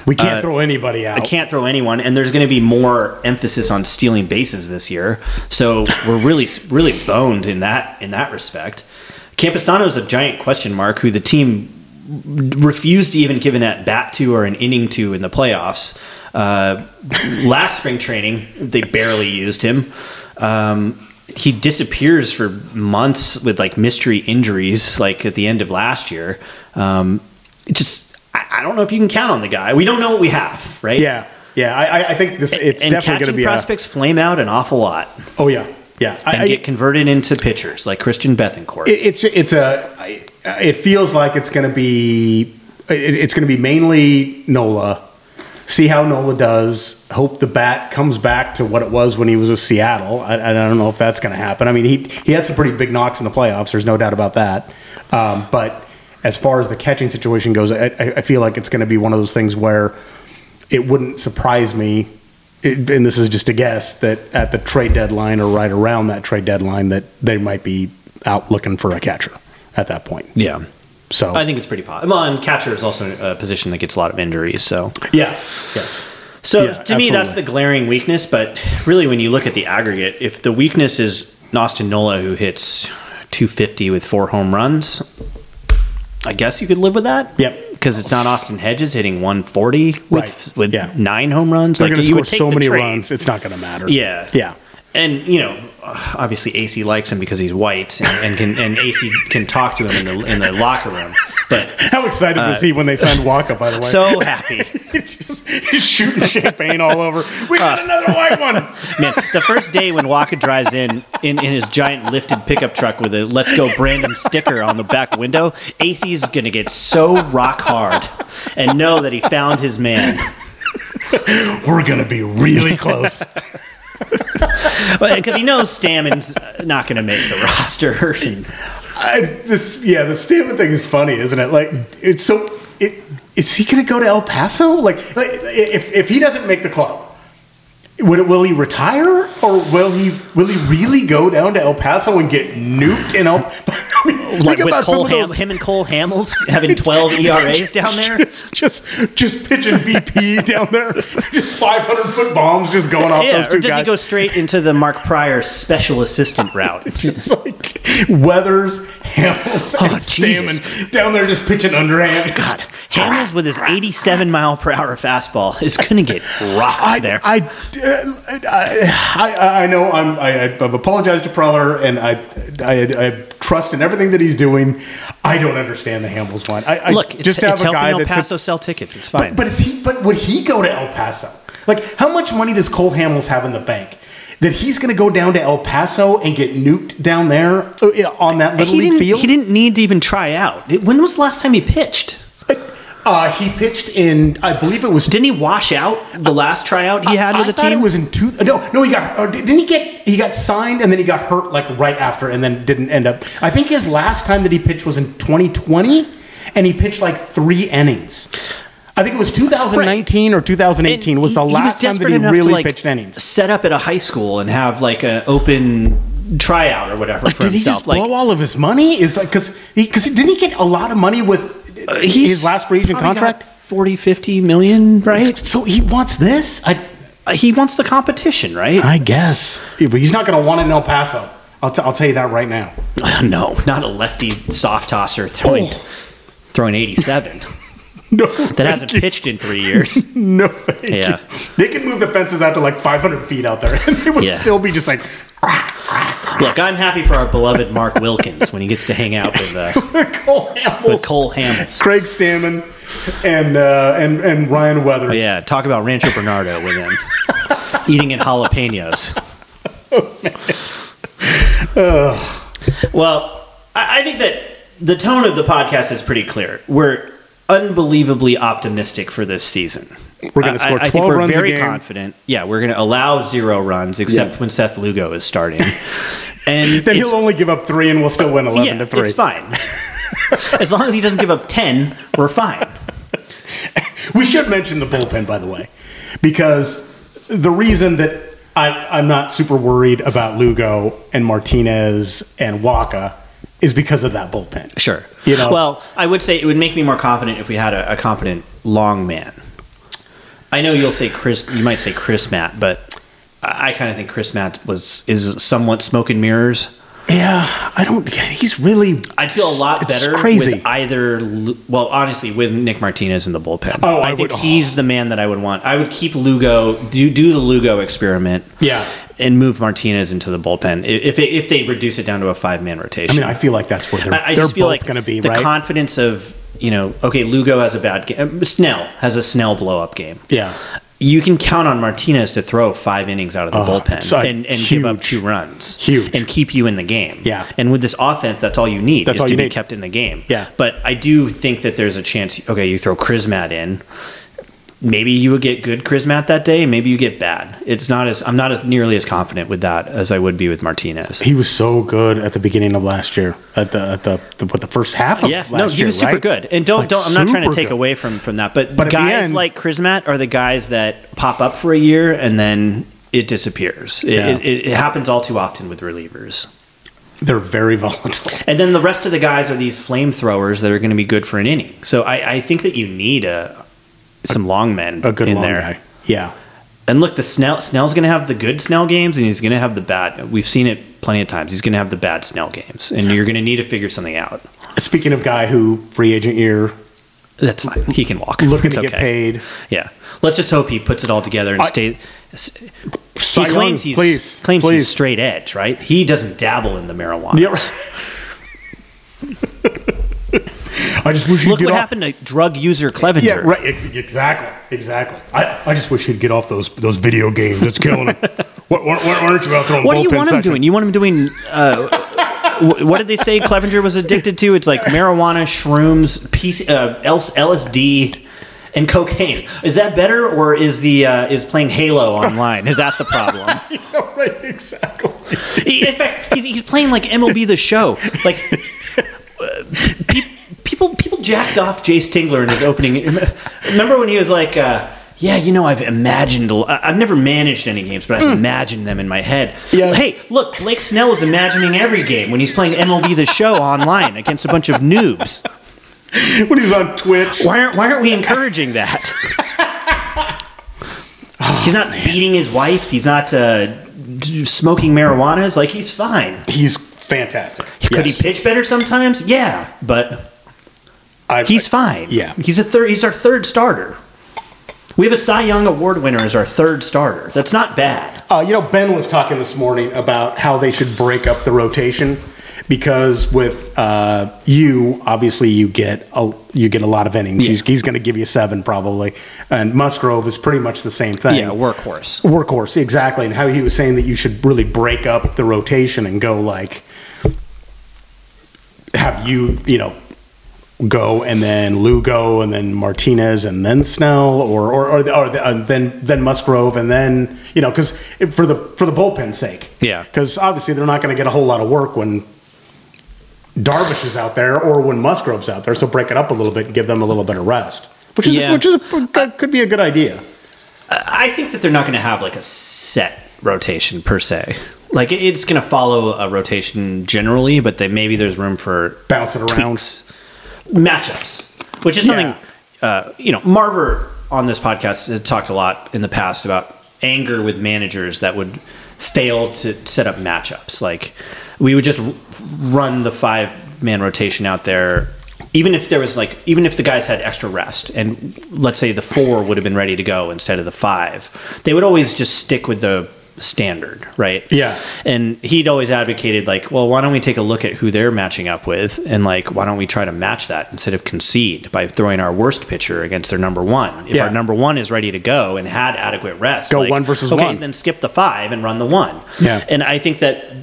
S4: we can't
S3: uh,
S4: throw anybody out.
S3: I can't throw anyone, and there's going to be more emphasis on stealing bases this year. So we're really, really boned in that in that respect. Campestano is a giant question mark who the team refused to even give an at bat to or an inning to in the playoffs. Uh, last spring training, they barely used him. Um, he disappears for months with like mystery injuries, like at the end of last year. Um, it just, I, I don't know if you can count on the guy. We don't know what we have, right?
S4: Yeah, yeah. I, I- I think this it's
S3: and
S4: definitely going to
S3: catching
S4: be
S3: prospects flame out an awful lot
S4: a. Oh yeah, yeah. I,
S3: and
S4: I-
S3: get converted into pitchers like Christian Bethencourt.
S4: it, it's it's a. I- It feels like it's going to be. It, it's going to be mainly Nola. See how Nola does. Hope the bat comes back to what it was when he was with Seattle. I, I don't know if that's going to happen. I mean, he he had some pretty big knocks in the playoffs. There's no doubt about that. Um, but as far as the catching situation goes, I, I I feel like it's going to be one of those things where it wouldn't surprise me, it, and this is just a guess, that at the trade deadline or right around that trade deadline, that they might be out looking for a catcher at that point.
S3: yeah.
S4: So
S3: I think it's pretty possible. Well, and catcher is also a position that gets a lot of injuries. So,
S4: yeah, yes,
S3: so
S4: Yeah,
S3: to me, that's
S4: absolutely.
S3: the glaring weakness. But really, when you look at the aggregate, if the weakness is Nostin Nola, who hits 250 with four home runs, I guess you could live with that.
S4: Yep.
S3: Because it's not Austin Hedges hitting 140 with
S4: Right.
S3: with
S4: Yeah.
S3: nine home runs.
S4: they're
S3: like
S4: going to
S3: you
S4: score
S3: would take
S4: so
S3: the
S4: many
S3: trade.
S4: runs, it's not going to matter.
S3: Yeah.
S4: yeah,
S3: and you know, obviously AC likes him because he's white and, and can and AC can talk to him in the in the locker room. But
S4: How excited was he when they signed Waka? By the way,
S3: Uh, so happy,
S4: just, just shooting champagne all over. We got another white one.
S3: man! The first day when Waka drives in, in in his giant lifted pickup truck with a "Let's Go Brandon" sticker on the back window, AC is gonna get so rock hard and know that he found his man.
S4: We're going to be really close.
S3: Because he knows Stammen's not gonna make the roster. And
S4: I, this yeah, the statement thing is funny, isn't it? Like it's so. It, is he going to go to El Paso? Like, like if if he doesn't make the club, would will he retire or will he will he really go down to El Paso and get nuked in El? I mean,
S3: like
S4: think
S3: with
S4: about some
S3: Cole
S4: of
S3: Ham-
S4: those.
S3: him and Cole Hamels having twelve ERAs down there.
S4: Just, just, just pitching BP down there. Just 500 foot bombs just going off
S3: Yeah,
S4: those two
S3: or does
S4: guys.
S3: he go straight into the Mark Pryor special assistant route?
S4: It's like Weathers, Hamels,
S3: Oh,
S4: and
S3: Jesus.
S4: Stammen down there just pitching underhand.
S3: God, Hamels with his 87 mile per hour fastball is going to get rocked
S4: I,
S3: there.
S4: I, I, I, I know I'm, I, I've apologized to Preller and I, I, I trust in everything that he's doing. I don't understand the Hamels one. I, I
S3: Look, it's,
S4: just to have
S3: it's
S4: a
S3: helping
S4: guy
S3: El
S4: that
S3: Paso
S4: sits-
S3: sell tickets. It's fine.
S4: But, but is he? But would he go to El Paso? Like, how much money does Cole Hamels have in the bank that he's going to go down to El Paso and get nuked down there uh, yeah, on that little
S3: he,
S4: league
S3: didn't,
S4: field?
S3: he didn't need to even try out. It- when was the last time he pitched?
S4: Uh, he pitched in, I believe it was.
S3: Didn't he wash out the last tryout he had
S4: I
S3: with the
S4: thought
S3: team?
S4: It was in two. No, no, he got. Or didn't he get? He got signed and then he got hurt like right after, and then didn't end up. I think his last time that he pitched was in 2020, and he pitched like three innings. I think it was 2019 or 2018 was the
S3: he- he
S4: last time that
S3: desperate
S4: he
S3: enough to,
S4: really
S3: like,
S4: pitched innings.
S3: Set up at a high school and have like an open tryout or whatever for
S4: Did he
S3: himself.
S4: just
S3: like,
S4: blow all of his money? Is that because because didn't he get a lot of money with
S3: uh, he's
S4: his last free agent
S3: probably got
S4: contract?
S3: 40, 50 million, right?
S4: So he wants this. I
S3: he wants the competition, right?
S4: I guess. Yeah, but he's not going to want it in El Paso. I'll, t- I'll tell you that right now.
S3: no, not a lefty soft tosser throwing
S4: Oh.
S3: throwing 87
S4: No,
S3: that hasn't pitched in three years.
S4: no, thank
S3: Yeah.
S4: you. They could move the fences out to like 500 feet out there, and it would
S3: Yeah.
S4: still be just like
S3: Look, I'm happy for our beloved Mark Wilkins when he gets to hang out with, uh,
S4: Cole Hamels,
S3: with Cole Hamels.
S4: Craig Stammen, and uh, and and Ryan Weathers.
S3: Yeah, talk about Rancho Bernardo with him eating in jalapenos.
S4: Oh,
S3: Well, I I think that the tone of the podcast is pretty clear. We're unbelievably optimistic for this season.
S4: We're going to score
S3: I, I think
S4: 12
S3: we're
S4: runs
S3: very
S4: a game.
S3: confident. Yeah, we're going to allow zero runs, except
S4: Yeah.
S3: when Seth Lugo is starting. And it's-
S4: Then he'll only give up three, and we'll still win 11
S3: yeah,
S4: to three.
S3: it's fine. as long as he doesn't give up ten, we're fine.
S4: We should mention the bullpen, by the way, because the reason that I, I'm not super worried about Lugo and Martinez and Waka is because of that bullpen.
S3: Sure.
S4: You know-
S3: Well, I would say it would make me more confident if we had a, a competent long man. I know you'll say Chris. You might say Chris Matt, but I, I kind of think Chris Matt was is somewhat smoke and mirrors.
S4: Yeah, I don't. He's really.
S3: I'd feel a lot
S4: it's
S3: better
S4: Crazy.
S3: with either. Lu- Well, honestly, with Nick Martinez in the bullpen.
S4: Oh, I
S3: think
S4: would-
S3: he's the man that I would want. I would keep Lugo. Do do the Lugo experiment.
S4: Yeah.
S3: And move Martinez into the bullpen I- if they, if they reduce it down to a five man rotation.
S4: I mean, I feel like that's where they're,
S3: I, I
S4: they're
S3: just feel
S4: both
S3: like
S4: going to be,
S3: the
S4: right?
S3: confidence of you know, okay, Lugo has a bad game. um, Snell has a Snell blow up game.
S4: yeah.
S3: You can count on Martinez to throw five innings out of the
S4: Oh,
S3: bullpen
S4: it's like
S3: and, and give up two
S4: huge.
S3: runs,
S4: Huge.
S3: and keep you in the game.
S4: Yeah.
S3: and with this offense, that's all you need
S4: That's
S3: is
S4: all
S3: to
S4: you
S3: be
S4: need.
S3: kept in the game.
S4: Yeah.
S3: but I do think that there's a chance. Okay, you throw Chrismat in. Maybe you would get good Chrismat that day. Maybe you get bad. It's not as I'm not as nearly as confident with that as I would be with Martinez.
S4: He was so good at the beginning of last year, at the at the, the what the first half of
S3: Yeah,
S4: last
S3: no, he
S4: year,
S3: was super
S4: right?
S3: good. And don't
S4: Like,
S3: don't. I'm not trying to
S4: super
S3: take
S4: good.
S3: away from from that, but,
S4: But at the
S3: guys
S4: end-
S3: like Chrismat are the guys that pop up for a year and then it disappears. It,
S4: Yeah.
S3: it, it, it happens all too often with relievers.
S4: They're very volatile.
S3: And then the rest of the guys are these flamethrowers that are going to be good for an inning. So I, I think that you need a some long men
S4: A good
S3: in
S4: long
S3: there.
S4: guy. Yeah,
S3: And look, the Snell Snell's going to have the good Snell games, and he's going to have the bad. We've seen it plenty of times. He's going to have the bad Snell games, and you're going to need to figure something out.
S4: Speaking of guy who free agent year
S3: That's fine. He can walk.
S4: looking
S3: It's
S4: to get
S3: okay.
S4: paid,
S3: Yeah. Let's just hope he puts it all together and
S4: I-
S3: stay. s-
S4: Cy
S3: he claims
S4: Young,
S3: he's
S4: please,
S3: claims
S4: please.
S3: he's straight edge, right? He doesn't dabble in the marijuana.
S4: Yeah. I just wish he'd
S3: Look
S4: get
S3: what
S4: off.
S3: happened to drug user Clevenger.
S4: Yeah, right. Ex- exactly, exactly. I, I just wish he'd get off those those video games. It's killing him. what, what, what aren't you about throwing?
S3: What do you
S4: bullpen
S3: want him
S4: session?
S3: doing? You want him doing? Uh, wh- what did they say Clevenger was addicted to? It's like marijuana, shrooms, PC, uh, else- LSD, and cocaine. Is that better, or is the uh, is playing Halo online? Is that the problem?
S4: right, exactly.
S3: He- in fact, he's, he's playing like MLB the Show. Like uh, pe- people, people jacked off Jace Tingler in his opening. Remember when he was like, uh, "Yeah, you know, I've imagined. a l- I- I've never managed any games, but I've imagined them in my head."
S4: Yes.
S3: Hey, look, Blake Snell is imagining every game when he's playing MLB the Show online against a bunch of noobs.
S4: When he's on Twitch,
S3: Why aren't Why aren't we encouraging that? he's not beating his wife. He's not. Uh, d- Smoking marijuanas, like he's fine.
S4: he's fantastic.
S3: Could
S4: Yes.
S3: he pitch better sometimes? Yeah, but
S4: I-
S3: he's fine.
S4: Yeah.
S3: he's a third. He's our third starter. We have a Cy Young Award winner as our third starter. That's not bad.
S4: Uh, you know, Ben was talking this morning about how they should break up the rotation because with uh, you, obviously, you get a you get a lot of innings. He's he's going to give you seven probably, and Musgrove is pretty much the same thing.
S3: workhorse.
S4: workhorse exactly, and how he was saying that you should really break up the rotation and go like have you you know go and then Lugo and then Martinez and then Snell or or, or, or the, uh, then then Musgrove and then you know because for the for the bullpen's sake
S3: Yeah.
S4: because obviously they're not going to get a whole lot of work when Darvish is out there or when Musgrove's out there so break it up a little bit and give them a little bit of rest which is
S3: Yeah.
S4: which is a, that could be a good idea
S3: I think that they're not going to have like a set rotation per se. Like it- it's going to follow a rotation generally, but they, maybe there's room for
S4: bounce it around.
S3: tweaks, matchups, which is something uh, you know. Marver on this podcast has talked a lot in the past about anger with managers that would fail to set up matchups. Like we would just r- run the five man rotation out there. Even if there was like, even if the guys had extra rest, and let's say the four would have been ready to go instead of the five, they would always just stick with the standard, right?
S4: Yeah.
S3: And he'd always advocated like, well, why don't we take a look at who they're matching up with and like why don't we try to match that instead of concede by throwing our worst pitcher against their number one. If
S4: Yeah.
S3: our number one is ready to go and had adequate rest,
S4: Go
S3: like,
S4: one versus
S3: okay,
S4: one.
S3: then skip the five and run the one.
S4: Yeah.
S3: And I think that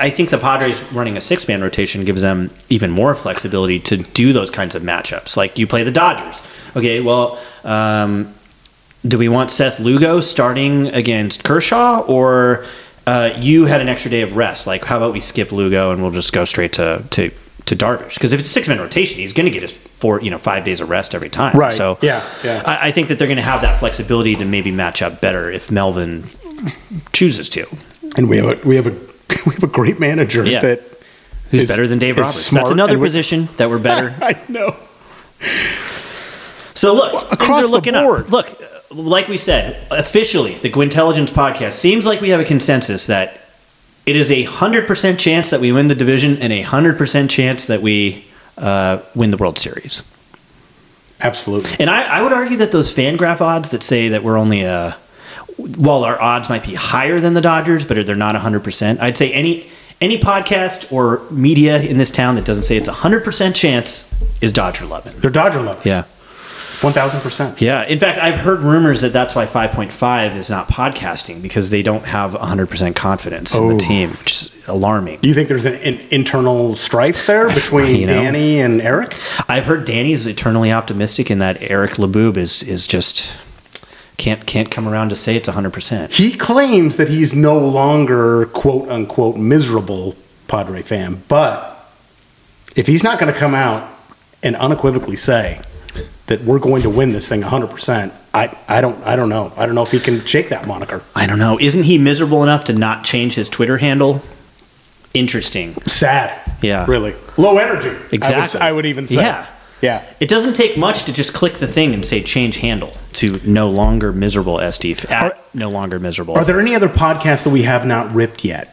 S3: I think the Padres running a six man rotation gives them even more flexibility to do those kinds of matchups. Like you play the Dodgers. Okay, well, um, do we want Seth Lugo starting against Kershaw or uh, you had an extra day of rest? Like, how about we skip Lugo and we'll just go straight to to to Darvish? Because if it's a six man rotation, he's going to get his four you know five days of rest every time.
S4: Right.
S3: So
S4: Yeah, yeah.
S3: I, I think that they're going to have that flexibility to maybe match up better if Melvin chooses to.
S4: and we have a we have a we have a great manager
S3: Yeah.
S4: that
S3: Who's
S4: is-
S3: better than Dave
S4: is
S3: Roberts?
S4: smart
S3: That's another
S4: and we-
S3: position that we're better.
S4: I know.
S3: So look, things
S4: across
S3: are
S4: the
S3: looking up.
S4: board.
S3: Look, uh, like we said, officially, the Gwintelligence podcast seems like we have a consensus that it is a hundred percent chance that we win the division and a hundred percent chance that we uh, win the World Series.
S4: Absolutely.
S3: And I, I would argue that those fan graph odds that say that we're only uh while our odds might be higher than the Dodgers, but they're not 100%. I'd say any any podcast or media in this town that doesn't say it's a 100% chance is Dodger loving.
S4: They're Dodger level.
S3: Yeah.
S4: One thousand percent.
S3: Yeah. In fact, I've heard rumors that that's why 5.5 is not podcasting because they don't have 100% confidence in
S4: Oh.
S3: the team, which is alarming.
S4: Do you think there's an, an internal strife there between
S3: You know.
S4: Danny and Eric?
S3: I've heard Danny is eternally optimistic and that Eric Laboob is is just can't can't come around to say it's 100%.
S4: He claims that he's no longer quote unquote miserable Padre fan, but if he's not going to come out and unequivocally say that we're going to win this thing 100%, I, I don't I don't know. I don't know if he can shake that moniker.
S3: I don't know. Isn't he miserable enough to not change his Twitter handle? Interesting.
S4: Sad.
S3: Yeah.
S4: Really. Low energy. I would s-
S3: Uh, Exactly.
S4: I would, even say.
S3: Yeah.
S4: Yeah.
S3: It doesn't take much to just click the thing and say change handle to no longer miserable SD at
S4: Are-
S3: no longer miserable.
S4: Are there any other podcasts that we have not ripped yet?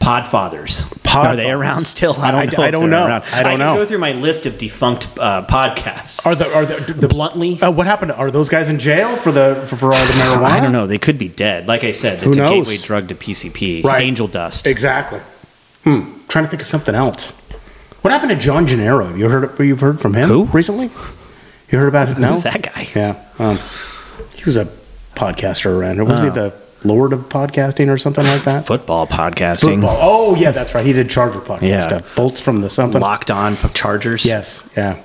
S3: Podfathers.
S4: Podfathers.
S3: Are they around still? I
S4: I-
S3: don't know.
S4: I
S3: if
S4: don't
S3: they're
S4: know.
S3: around.
S4: I don't
S3: can
S4: know.
S3: go through my list of defunct uh, podcasts.
S4: Are there are there, the
S3: Bluntly?
S4: Uh, what happened? Are those guys in jail for the for, for all the marijuana?
S3: I don't know. They could be dead. Like I said, it's
S4: knows?
S3: a gateway drug to PCP.
S4: Right.
S3: Angel dust.
S4: Exactly. Hmm. Trying to think of something else. What happened to John Gennaro? You heard you've heard from him
S3: Who?
S4: recently? You heard about it? No.
S3: Who's that guy?
S4: Yeah. Um, he was a podcaster around. Wasn't he
S3: Oh.
S4: the Lord of podcasting or something like that?
S3: Football podcasting.
S4: Football. Oh yeah, that's right. He did Charger podcast.
S3: Yeah.
S4: stuff. Bolts from the something.
S3: Locked on Chargers.
S4: Yes. Yeah.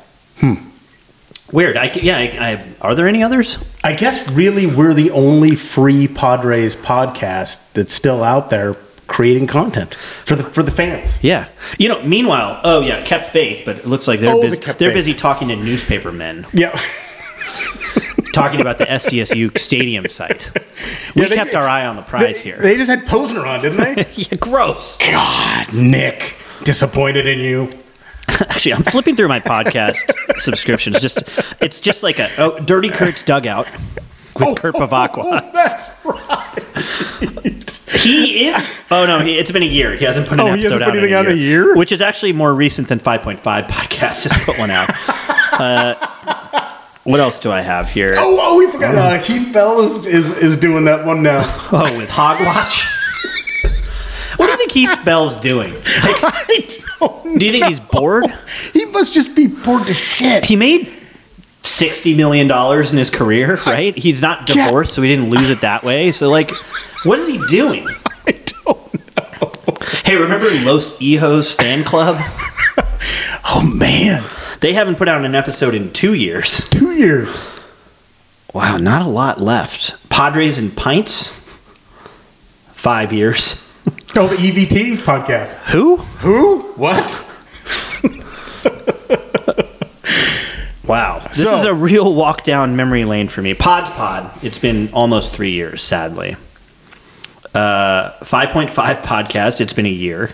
S3: Weird. I, c- yeah. I, I, are there any others?
S4: I guess really we're the only free Padres podcast that's still out there creating content for the for the fans.
S3: Yeah. You know. Meanwhile, oh yeah, kept faith, but it looks like they're
S4: Oh,
S3: busy.
S4: the Kept
S3: they're
S4: Faith.
S3: busy talking to newspaper men,
S4: Yeah.
S3: talking about the SDSU stadium site. We
S4: Yeah, they-
S3: kept our eye on the prize
S4: they,
S3: here.
S4: They just had Posner on, didn't they?
S3: yeah, gross.
S4: God, Nick, disappointed in you.
S3: Actually, I'm flipping through my podcast subscriptions. Just it's just like a oh, Dirty Kurt's dugout with
S4: Oh.
S3: Kurt Bavakwa.
S4: that's right.
S3: He is. Oh no, he, it's been a year. He hasn't put an
S4: Oh, he
S3: episode
S4: hasn't put
S3: out in
S4: anything out in a year?
S3: which is actually more recent than 5.5 podcast. Just put one out. uh, what else do I have here?
S4: Oh, oh, we forgot. Uh, Keith Bell is, is is doing that one now.
S3: Oh, with Hogwatch. what do you think Keith Bell's doing?
S4: I don't.
S3: Do you think he's bored?
S4: He must just be bored to shit.
S3: He made sixty million dollars in his career, right? He's not
S4: Yeah.
S3: divorced, so he didn't lose it that way. So, like, what is he doing?
S4: I don't.
S3: Hey, remember Los Ejos fan club?
S4: Oh man,
S3: They haven't put out an episode in two years.
S4: two years.
S3: Wow, not a lot left. Padres and Pints? Five years.
S4: Oh, the EVT podcast.
S3: Who?
S4: Who? What?
S3: Wow. This
S4: So-
S3: is a real walk down memory lane for me. Pods Pod. It's been almost three years, sadly. Uh, 5.5 podcast. It's been a year.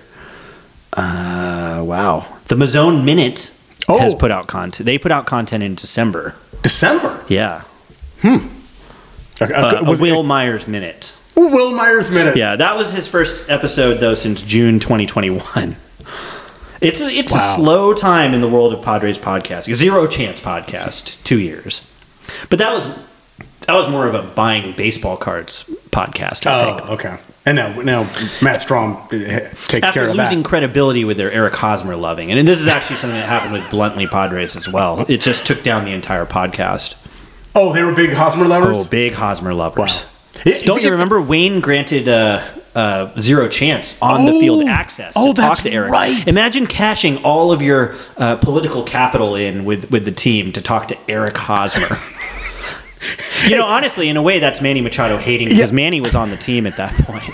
S3: Uh, wow. The Mazone Minute
S4: Oh.
S3: has put out content. They put out content in December.
S4: December.
S3: Yeah.
S4: Okay,
S3: Uh,
S4: was
S3: a
S4: it-
S3: Will Myers Minute.
S4: Will Myers minute.
S3: Yeah, that was his first episode though since June 2021. It's a, it's
S4: Wow.
S3: a slow time in the world of Padres podcast. Zero chance podcast, two years. But that was that was more of a buying baseball cards podcast. I think
S4: Oh, okay. And now, now Matt Strom eh, takes care
S3: after
S4: of
S3: losing
S4: that.
S3: credibility with their Eric Hosmer loving, and this is actually something that happened with Bluntly Padres as well. It just took down the entire podcast.
S4: Oh, they were big Hosmer lovers.
S3: Oh, big Hosmer lovers.
S4: It-
S3: Don't you
S4: it-
S3: remember Wayne granted uh, uh, zero chance on the field
S4: Oh.
S3: access to
S4: Oh,
S3: talk
S4: that's
S3: to Eric?
S4: right.
S3: Imagine cashing all of your uh, political capital in with, with the team to talk to Eric Hosmer. You know, honestly, in a way, that's Manny Machado hating because
S4: Yeah.
S3: Manny was on the team at that point.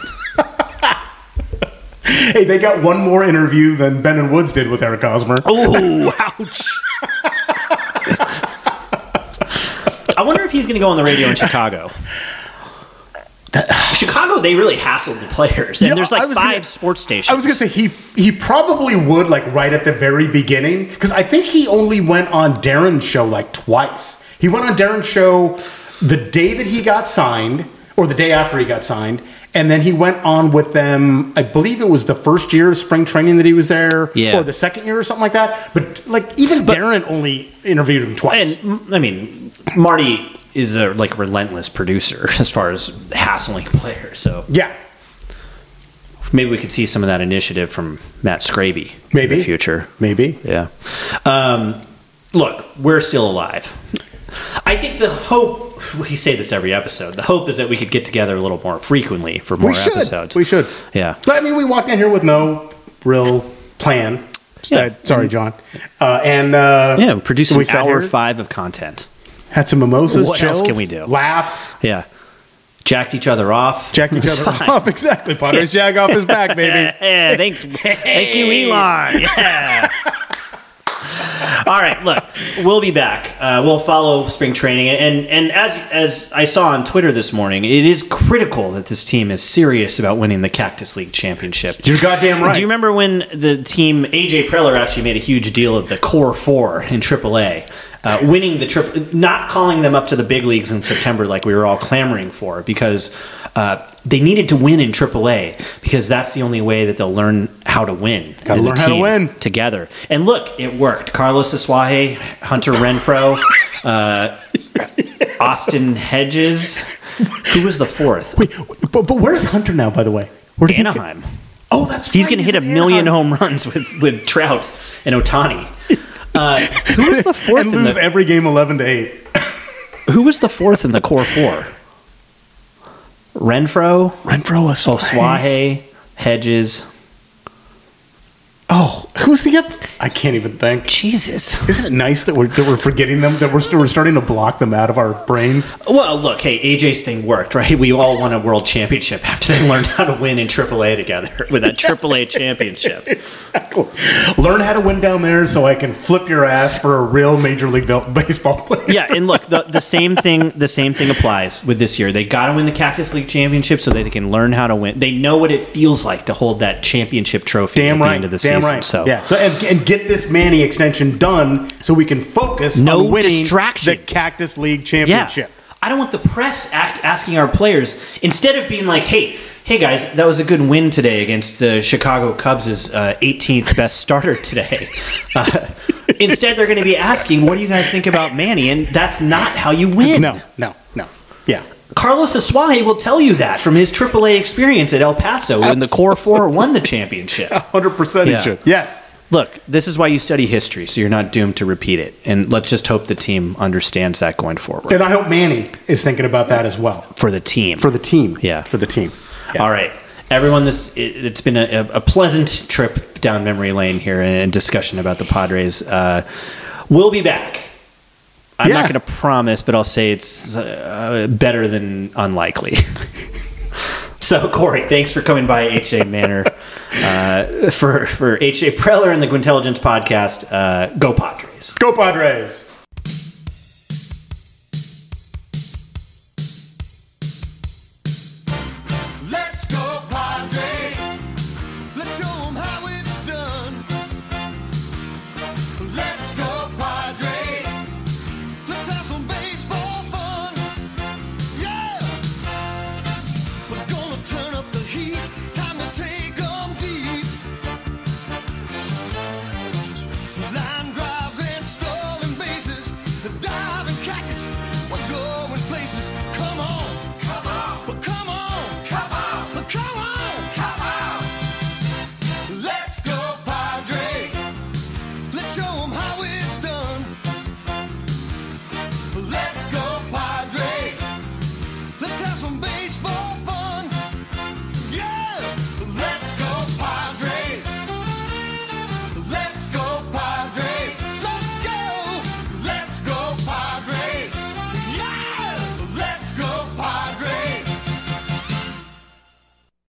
S4: Hey, they got one more interview than Ben and Woods did with Eric Osmer.
S3: Oh, ouch. I wonder if he's going to go on the radio in Chicago. Chicago, they really hassled the players, and
S4: Yeah,
S3: there's
S4: I
S3: like
S4: was
S3: five
S4: gonna-
S3: sports stations.
S4: I was gonna say he he probably would like right at the very beginning because I think he only went on Darren's show like twice. He went on Darren's show the day that he got signed, or the day after he got signed, and then he went on with them. I believe it was the first year of spring training that he was there,
S3: Yeah.
S4: or the second year or something like that. But like even Darren only interviewed him twice.
S3: and m- I mean, Marty is a like relentless producer as far as hassling players. So
S4: yeah,
S3: maybe we could see some of that initiative from Matt Scraby in
S4: Maybe.
S3: the future.
S4: maybe.
S3: Yeah. Um, look, we're still alive. I think the hope, we say this every episode, the hope is that we could get together a little more frequently for more
S4: we should.
S3: episodes.
S4: We should.
S3: Yeah.
S4: But, I mean, we walked in here with no real plan. Sta-
S3: Yeah.
S4: Sorry, John. Uh, and uh,
S3: Yeah, produce an
S4: we sat
S3: hour
S4: here,
S3: five of content.
S4: had some mimosas.
S3: What else
S4: chilled,
S3: can we do?
S4: Laughed,
S3: Yeah. Jacked each other off.
S4: jacked each
S3: It's
S4: other
S3: fine.
S4: off. Exactly. Padres jag off his back, baby.
S3: Yeah, thanks. Thank you, Elon. Yeah. All right, look, we'll be back. Uh, we'll follow spring training, and and as as I saw on Twitter this morning, it is critical that this team is serious about winning the Cactus League championship.
S4: You're goddamn right.
S3: Do you remember when the team AJ Preller actually made a huge deal of the core four in AAA, uh, winning the triple, not calling them up to the big leagues in September like we were all clamoring for because uh, they needed to win in AAA because that's the only way that they'll learn how to win.
S4: Gotta
S3: as a
S4: learn how to
S3: team
S4: win.
S3: together. And look, it worked. Carlos Aswahe, Hunter Renfro, uh, Austin Hedges. Who was the fourth?
S4: Wait, but, but where's Hunter now, by the way? Where did he go?
S3: Anaheim.
S4: oh, that's
S3: He's
S4: right,
S3: going to hit a
S4: in
S3: million
S4: Anaheim.
S3: home runs with, with Trout and Otani. Uh, who was the fourth?
S4: and
S3: in
S4: lose
S3: the,
S4: every game 11 to 8.
S3: who was the fourth in the core four? Renfro,
S4: Renfro Oswahe.
S3: Swahe, Hedges.
S4: Oh, who's the other? I can't even think.
S3: Jesus.
S4: Isn't it nice that we're, that we're forgetting them? That we're, st- we're starting to block them out of our brains?
S3: Well, look, hey, AJ's thing worked, right? We all won a world championship after they learned how to win in AAA together with that AAA championship.
S4: Exactly. Learn how to win down there so I can flip your ass for a real Major League Bel- Baseball player.
S3: yeah, and look, the, the same thing the same thing applies with this year. They got to win the Cactus League championship so that they can learn how to win. They know what it feels like to hold that championship trophy
S4: Damn
S3: at the
S4: right.
S3: end of the
S4: damn
S3: season.
S4: right.
S3: So
S4: yeah. So and, and get this Manny extension done so we can focus
S3: No
S4: on winning
S3: distractions.
S4: the Cactus League
S3: yeah,
S4: championship.
S3: I don't want the press act asking our players instead of being like, "Hey, hey guys, that was a good win today against the Chicago Cubs' uh, 18th best starter today." Uh, instead, they're going to be asking, "What do you guys think about Manny?" And that's not how you win.
S4: No. No. No. Yeah.
S3: Carlos Aswahe will tell you that from his AAA experience at El Paso when the Core Four won the championship.
S4: Hundred percent.
S3: Yeah.
S4: it should. Yes.
S3: Look, this is why you study history, so you're not doomed to repeat it. And let's just hope the team understands that going forward
S4: And I hope Manny is thinking about that as well
S3: for the team.
S4: for the team.
S3: Yeah.
S4: For the team. Yeah.
S3: All right. Everyone, this it, it's been a, a pleasant trip down memory lane here and discussion about the Padres. Uh, we'll be back. I'm
S4: Yeah.
S3: not going to promise, but I'll say it's uh, better than unlikely. so, Corey, thanks for coming by HA Manor uh, for for HA Preller and the Intelligence podcast. Uh, go Padres.
S4: Go Padres.